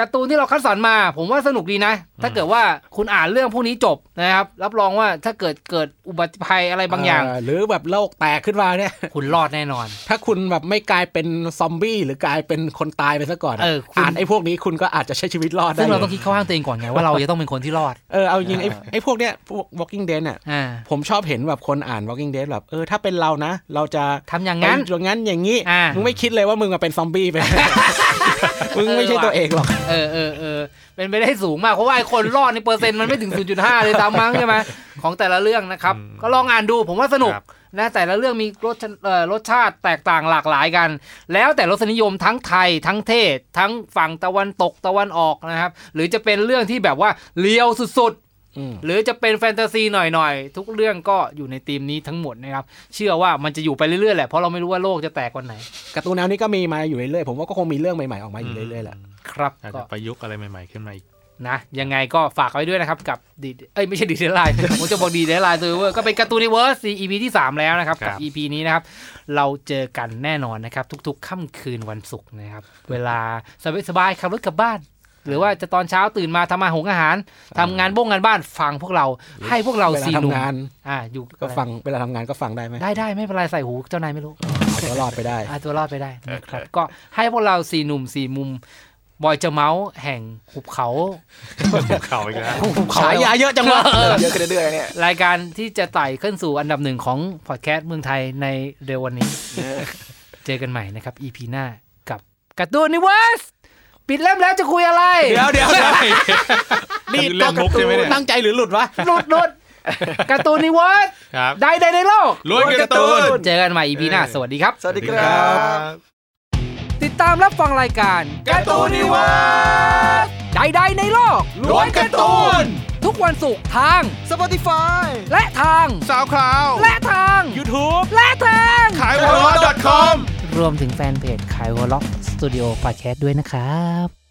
การ์ตูนที่เราคัดสรรมา ผมว่าสนุกดีนะ ถ้าเกิดว่าคุณอ่านเรื่องพวกนี้จบนะครับ รับรองว่าถ้าเกิดเกิดอุบัติภัยอะไรบางอย่าง
หรือแบบโลกแตกขึ้นมาเนี่ย
คุณรอดแน่นอน
ถ้าคุณแบบไม่กลายเป็นซอมบี้หรือกลายเป็นคนตายไปซะก่อน
เออคุณ
นไอ้พวกนี้คุณก็อาจจะใช้ชีวิตรอดได้
ซึ่งเราต้องคิดเข้าข้างตัวเองก่อนไงว่าเราจะต้องเป็นคนที่รอด
เออเอายิงไอ้ไอ้พวกเนี้ยพวก Walking Dead เนี่ย
อ่า
ผมชอบเห็นแบบคนอ่าน Walking Dead แบบเออถ้าเป็นเรานะ เราจะ
ทำอย่างนั้น
ไปอย่างนั้นอย่างนี้
อ่ามึ
มึงไม่คิดเลยว่ามึงมาเป็นซอมบี้ไป มึงไม่ใช่
เออว่ะ
ตัวเองหรอก
เออเออเออเป็นไปได้สูงมาก เพราะว่าไอ้คนรอดในเปอร์เซ็นต์มันไม่ถึง 0.5 เลยตามมั้งใช่ไหมของแต่ละเรื่องนะครับ
อืม
ก็ลองอ่านดูผมว่าสนุก
ครับ
นะแต่ละเรื่องมีรสชาเอ่อรสชาติแตกต่างหลากหลายกัน แล้วแต่รสนิยมทั้งไทยทั้งเทศ ทั้งฝั่งตะวันตกตะวันออกนะครับ หรือจะเป็นเรื่องที่แบบว่าเลียวสุดๆ
อืม
หรือจะเป็นแฟนตาซีหน่อยๆ ทุกเรื่องก็อยู่ในธีมนี้ทั้งหมดนะครับ เชื่อว่ามันจะอยู่ไปเรื่อยๆแหละเพราะเราไม่รู้ว่าโลกจะแตกวันไหน
การ์ตูนแนวนี้ก็มีมาอยู่เรื่อยๆผมว่าก็คงมีเรื่องใหม่ๆออกมาอยู่เรื่อยๆแหละ
ครับ
อาจ
ก็
จะประยุกต์อะไรใหม่ ๆ ขึ้นมาอีก
นะยังไงก็ฝากไว้ด้วยนะครับกับดีเอ้ยไม่ใช่ดีเดลไลน์ ผมจะบอกดีเดลไลน์ตัวเวอร์ก็เป็นการ์ตูนในเวิร์ส EP ที่ 3 แล้วนะครับ กับ
ครับ
EP นี้นะครับ เราเจอกันแน่นอนนะครับ ทุกๆค่ำคืนวันศุกร์นะครับ เวลาสบายๆขับรถกลับบ้าน หรือว่าจะตอนเช้าตื่นมาทำอาหารหงอาหารทำงานบ้งงานบ้านฟังพวกเราให้พวกเรา
เวลา
ซีนุ่ม
ทำงาน
อ่าอยู่
ก็ฟังเวลาทำงานก็ฟังได้ไหม
ได้ได้ไม่เป็นไรใส่หูเจ้านายไม่รู้
อาจจะรอดไปได้
อาตัวรอดไปได้นะครับ ก็ให้พวกเราสี่หนุ่มสี่มุม บอยเจะเมาส์แห่งหุบเขา
เข่าอีกแล้ว
หุบเขา
ฉายาเยอะจังวะ
เยอะขึ้นเรื่อยๆเนี่ย
รายการที่จะไต่ขึ้นสู่อันดับหนึ่งของพอดแคสต์เมืองไทยในเร็ววันนี้
เออ
เจอกันใหม่นะครับ EP หน้ากับการ์ตูนนิเวสปิดเล่มแล้วจะคุยอะไร
เดี๋ยวเดี๋ยวเดี๋ยวนี่
เรื่องมุกใช่ไหมเนี่ย
ตั้งใจหรือหลุดวะ
หลุดหลุดการ์ตูนนิเวส
ครับ
ได้ได้ในโลก
รวยการ์ตูน
เจอกันใหม่ EP หน้า
เออ
สวัสดีครับ
สวัสดีครับ
ติดตามรับฟังรายการ
การ์ตูนนิเวศ
ใดๆในโลก
ล้วนการ์ตูน
ทุกวันศุกร์ทาง
Spotify
และทาง
สาวคลาว
และทาง
ทูบ
และทาง
ขายหัวเราะ .com
รวมถึงแฟนเพจขายวอลล็อกสตูดิโอพอดแคสต์ด้วยนะครับ